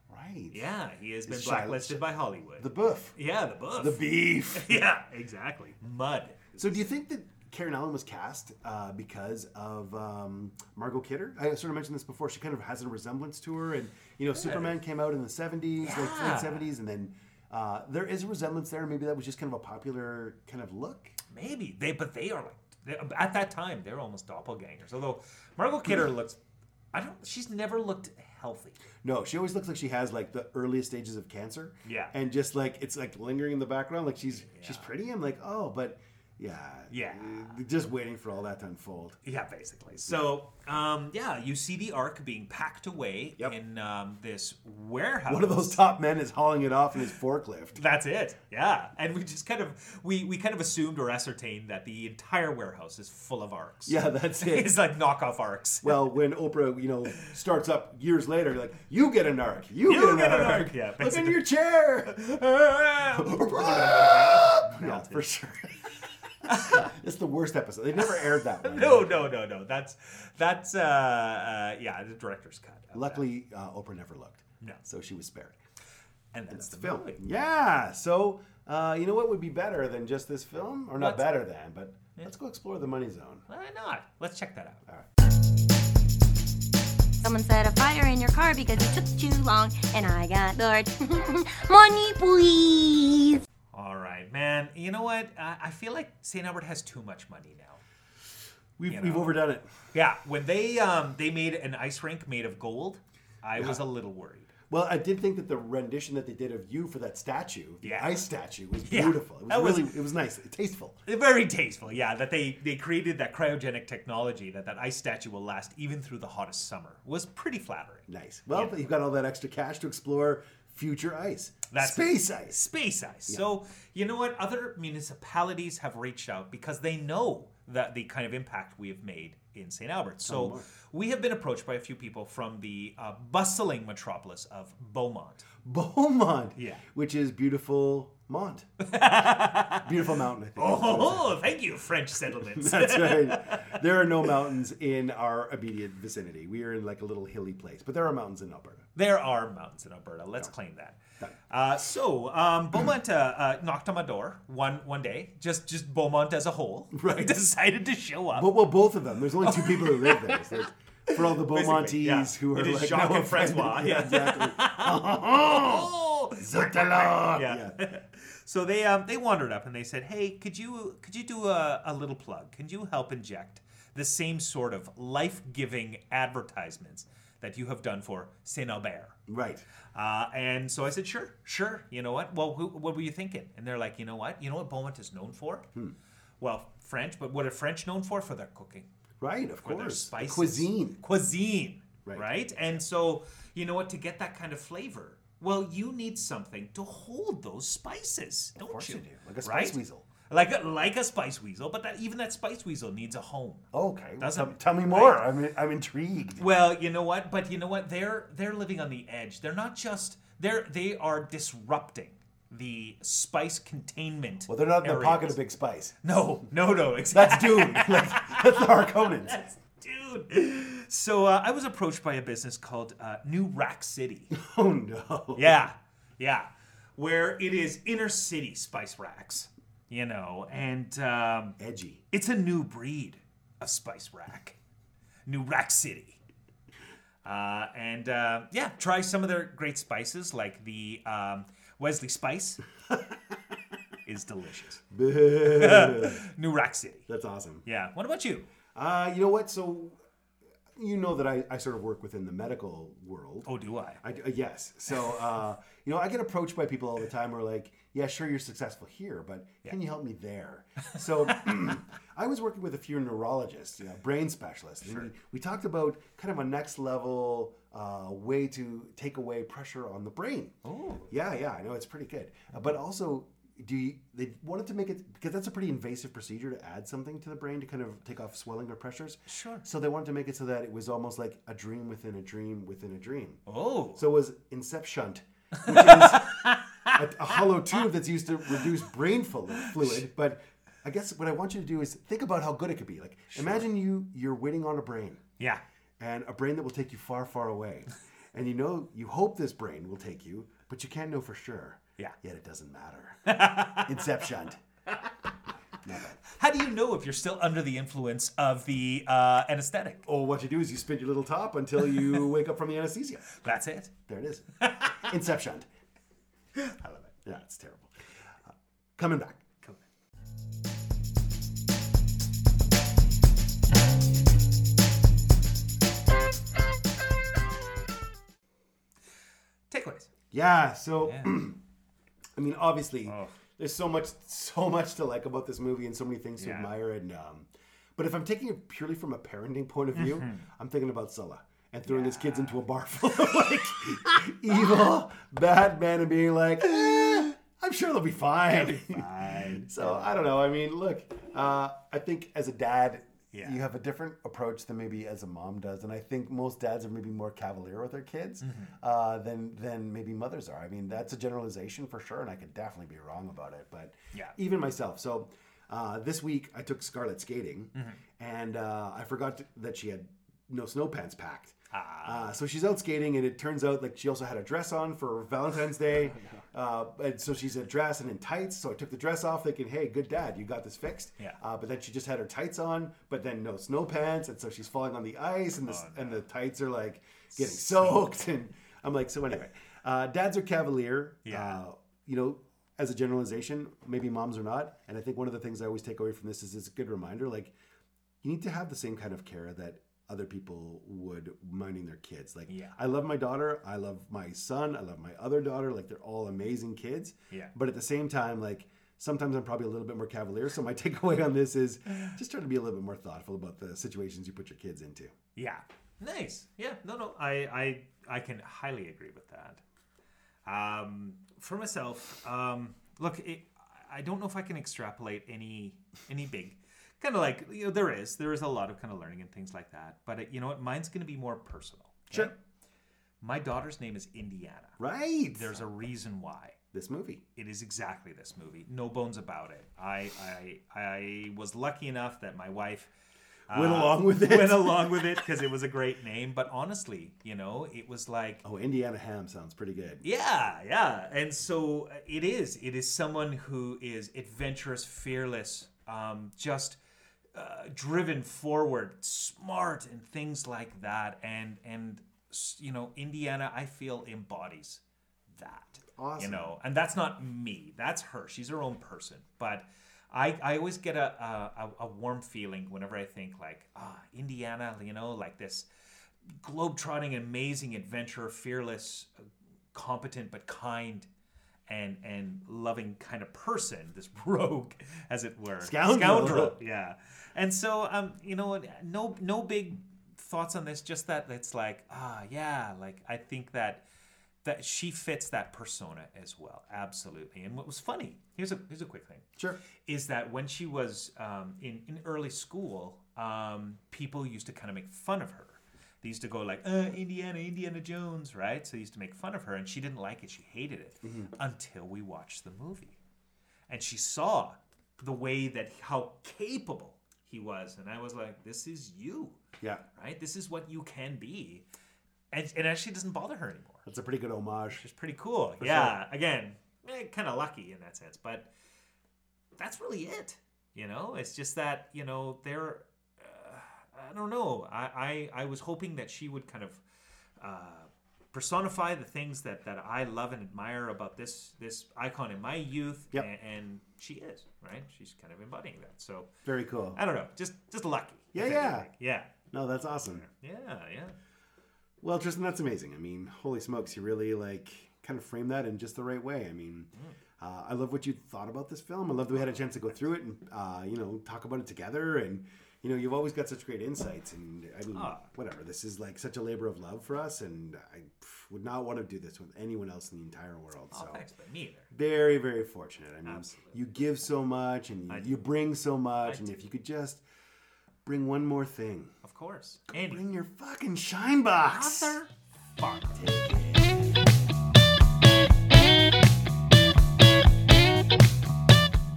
right. Yeah, he has been It's Shia- blacklisted by Hollywood. The boof. yeah, the buff. The beef. yeah, exactly. Mud. So do you think that Karen Allen was cast uh, because of um, Margot Kidder? I sort of mentioned this before. She kind of has a resemblance to her, and you know, Superman came out in the '70s, like late Yeah. '70s, and then uh, there is a resemblance there. Maybe that was just kind of a popular kind of look. Maybe they, but they are like they, at that time they're almost doppelgangers. Although Margot Kidder looks, I don't. She's never looked healthy. No, she always looks like she has like the earliest stages of cancer. Yeah. and just like it's like lingering in the background. Like she's she's pretty. I'm like, oh, but yeah, Yeah. uh, just waiting for all that to unfold. Yeah, basically. So, um, yeah, you see the ark being packed away Yep. in um, this warehouse. One of those top men is hauling it off in his forklift. That's it. Yeah, and we just kind of we we kind of assumed or ascertained that the entire warehouse is full of arcs. Yeah, that's it. it's like knockoff arcs. Well, when Oprah, you know, starts up years later, like you get an arc, you, You get an arc. yeah, Look in basically. your chair. yeah, for sure. it's the worst episode. They never aired that one. no, no, no, no. That's that's uh, uh yeah, the director's cut. of that. Luckily, uh, Oprah never looked. No. So she was spared. and that's the Film. movie. Yeah. So uh, you know what would be better than just this film, or not Let's- better than, but let's go explore the money zone. Why not? Let's check that out. Someone set a fire in your car because it took too long and I got bored. Money, please! All right, man. You know what? I, I feel like St. Albert has too much money now. We've, You we've know. overdone it. Yeah, when they um they made an ice rink made of gold, I was a little worried. Well, I did think that the rendition that they did of you for that statue, the Yeah. ice statue, was Yeah. beautiful. It was, That was- really, it was nice, tasteful. Very tasteful, yeah. That they they created that cryogenic technology that that ice statue will last even through the hottest summer was pretty flattering. Nice. Well, you've got all that extra cash to explore future ice. That's- space ice. space ice. So you know what? Other municipalities have reached out because they know that the kind of impact we have made in St. Albert. So we have been approached by a few people from the uh, bustling metropolis of Beaumont. Beaumont. Yeah. Which is beautiful Mont. beautiful mountain, I think. Oh, thank you, French settlements. That's right. There are no mountains in our immediate vicinity. We are in like a little hilly place, but there are mountains in Alberta. there are mountains in Alberta. Let's claim that. Uh, so um, Beaumont uh, uh, knocked on my door one one day. Just just Beaumont as a whole Right. decided to show up. But well, both of them. There's only two people who live there. So it's for all the Beaumontees Basically, yeah. who are It is like Jacques no, and Francois, offense. yeah. exactly. Oh, Zutala! yeah. so they um, they wandered up and they said, "Hey, could you could you do a, a little plug? Can you help inject the same sort of life giving advertisements that you have done for Saint Albert?" Right. Uh, and so I said, "Sure, sure. You know what? Well, who, what were you thinking?" And they're like, "You know what? You know what Beaumont is known for? Well, French, but what are French known for? For their cooking." Right, of for their course. The spices. Cuisine. Cuisine. Right. Right. And so, you know what, to get that kind of flavor, well, you need something to hold those spices, don't course you? you do, like a spice weasel. Like a, like a spice weasel, but that, even that spice weasel needs a home. Okay. Well, Doesn't tell, it? tell me more. I'm, I'm intrigued. Well, you know what? But you know what? They're they're living on the edge. They're not just they're they are disrupting the spice containment. Well, they're not in the pocket areas. of Big Spice. No, no, no. Exactly. That's Dune. like, that's the Harkonnens. Dude. So uh, I was approached by a business called uh, New Rack City. Oh, no. Yeah, yeah. Where it is inner city spice racks, you know, and um, Edgy. it's a new breed of spice rack, New Rack City. Uh, and uh, yeah, try some of their great spices like the um, Wesley Spice is delicious. New Rack City. That's awesome. Yeah. What about you? Uh, you know what? So, you know that I, I sort of work within the medical world. Oh, do I? I, d- yes. So, uh, you know, I get approached by people all the time who are like, yeah, sure, you're successful here, but can you help me there? So I was working with a few neurologists, you know, brain specialists. And we, we talked about kind of a next level uh, way to take away pressure on the brain. Oh. Yeah, yeah, I know it's pretty good. Uh, but also, do you, they wanted to make it because that's a pretty invasive procedure to add something to the brain to kind of take off swelling or pressures. Sure. So they wanted to make it so that it was almost like a dream within a dream within a dream. Oh. So it was Inception, which is a, a hollow tube that's used to reduce brain flu- fluid. But I guess what I want you to do is think about how good it could be. Like, imagine you you're waiting on a brain, Yeah. and a brain that will take you far, far away, and you know you hope this brain will take you, but you can't know for sure. Yeah. Yet it doesn't matter. Inception. How do you know if you're still under the influence of the uh, anesthetic? Oh, what you do is you spin your little top until you wake up from the anesthesia. That's it. There it is. Inception. I love it. Yeah, it's terrible. Uh, coming back. Takeaways. Yeah, Oh. so I mean, obviously, there's so much, so much to like about this movie, and so many things to Yeah. admire. And um, but if I'm taking it purely from a parenting point of view, I'm thinking about Sulla and throwing his kids into a bar full of like evil bad men and being like, "Eh, I'm sure they'll be fine. so I don't know. I mean, look, uh, I think as a dad. Yeah. You have a different approach than maybe as a mom does, and I think most dads are maybe more cavalier with their kids Mm-hmm. uh, than than maybe mothers are. I mean, that's a generalization for sure, and I could definitely be wrong about it, but Yeah. even myself. So uh, this week I took Scarlett skating, Mm-hmm. and uh, I forgot to, that she had no snow pants packed. Ah. Uh, so she's out skating, and it turns out like she also had a dress on for Valentine's Day, Oh, uh, and so she's in a dress and in tights. So I took the dress off, thinking, "Hey, good dad, you got this fixed." Yeah. Uh, but then she just had her tights on, but then no snow pants, and so she's falling on the ice, and the s Oh, and the tights are like getting soaked, and I'm like, so anyway, uh, dads are cavalier. Yeah. Uh, you know, as a generalization, maybe moms are not, and I think one of the things I always take away from this is it's a good reminder, like you need to have the same kind of care that other people would minding their kids. Like, Yeah. I love my daughter, I love my son, I love my other daughter. Like, they're all amazing kids. Yeah. But at the same time, like, sometimes I'm probably a little bit more cavalier. So my takeaway on this is just try to be a little bit more thoughtful about the situations you put your kids into. Yeah. Nice. Yeah. No, no. I, I, I can highly agree with that. Um, for myself, um, look, it, I don't know if I can extrapolate any any big kind of like you know there is there is a lot of kind of learning and things like that. But it, you know what, mine's going to be more personal. Sure. My daughter's name is Indiana. Right. There's a reason why. this movie. It is exactly this movie. No bones about it. I I, I was lucky enough that my wife uh, Went along with it. went along with it because it was a great name. But honestly, you know, it was like oh, Indiana Ham sounds pretty good. yeah, yeah. And so uh, it is. It is someone who is adventurous, fearless, um, just uh, driven forward, smart, and things like that. And and s- you know, Indiana, I feel embodies that. Awesome. You know, and that's not me. That's her. She's her own person. But I, I always get a, a a- a warm feeling whenever I think like ah Indiana, you know, like this globe-trotting, amazing adventurer, fearless, competent but kind and and loving kind of person, this rogue, as it were, Scoundrel. yeah. And so um, you know, what, no no big thoughts on this. Just that it's like ah yeah, like I think that that she fits that persona as well, absolutely. And what was funny here's a here's a quick thing Sure. is that when she was um, in, in early school, um, people used to kind of make fun of her. They used to go like, uh, Indiana, Indiana Jones, right? So they used to make fun of her, and she didn't like it. She hated it until we watched the movie. And she saw the way that how capable he was. And I was like, this is you, Yeah. right? This is what you can be. And it actually doesn't bother her anymore That's a pretty good homage. which is pretty cool. yeah, again, kind of lucky in that sense, but that's really it. You know, it's just that you know there. Uh, I don't know. I, I I was hoping that she would kind of uh, personify the things that that I love and admire about this this icon in my youth, Yep. a- and, she is right. She's kind of embodying that. So Very cool. I don't know. Just just lucky. Yeah, if yeah. anything. yeah, No, that's awesome. yeah, yeah. Well, Tristan, that's amazing. I mean, holy smokes, you really like kind of framed that in just the right way. I mean, Mm. uh, I love what you thought about this film. I love that we had a chance to go through it and uh, you know talk about it together. And you know, you've always got such great insights. And I mean, Ah. whatever. This is like such a labor of love for us, and I pff, would not want to do this with anyone else in the entire world. Oh, so. thanks, but me either. Very, very fortunate. I mean, Absolutely. you give so much and you, you bring so much. and if you could just bring one more thing, Of course, Andy. bring your fucking shine box. Fuck.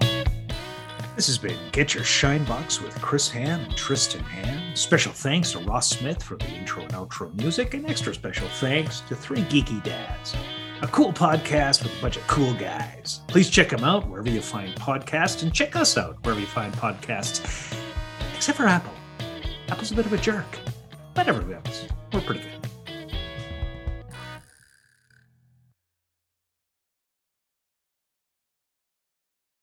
This has been Get Your Shine Box with Chris Ham and Tristan Ham. Special thanks to Ross Smith for the intro and outro music, and extra special thanks to Three Geeky Dads, a cool podcast with a bunch of cool guys. Please check them out wherever you find podcasts, and check us out wherever you find podcasts, except for Apple. Apple's a bit of a jerk, but everybody else, we're pretty good.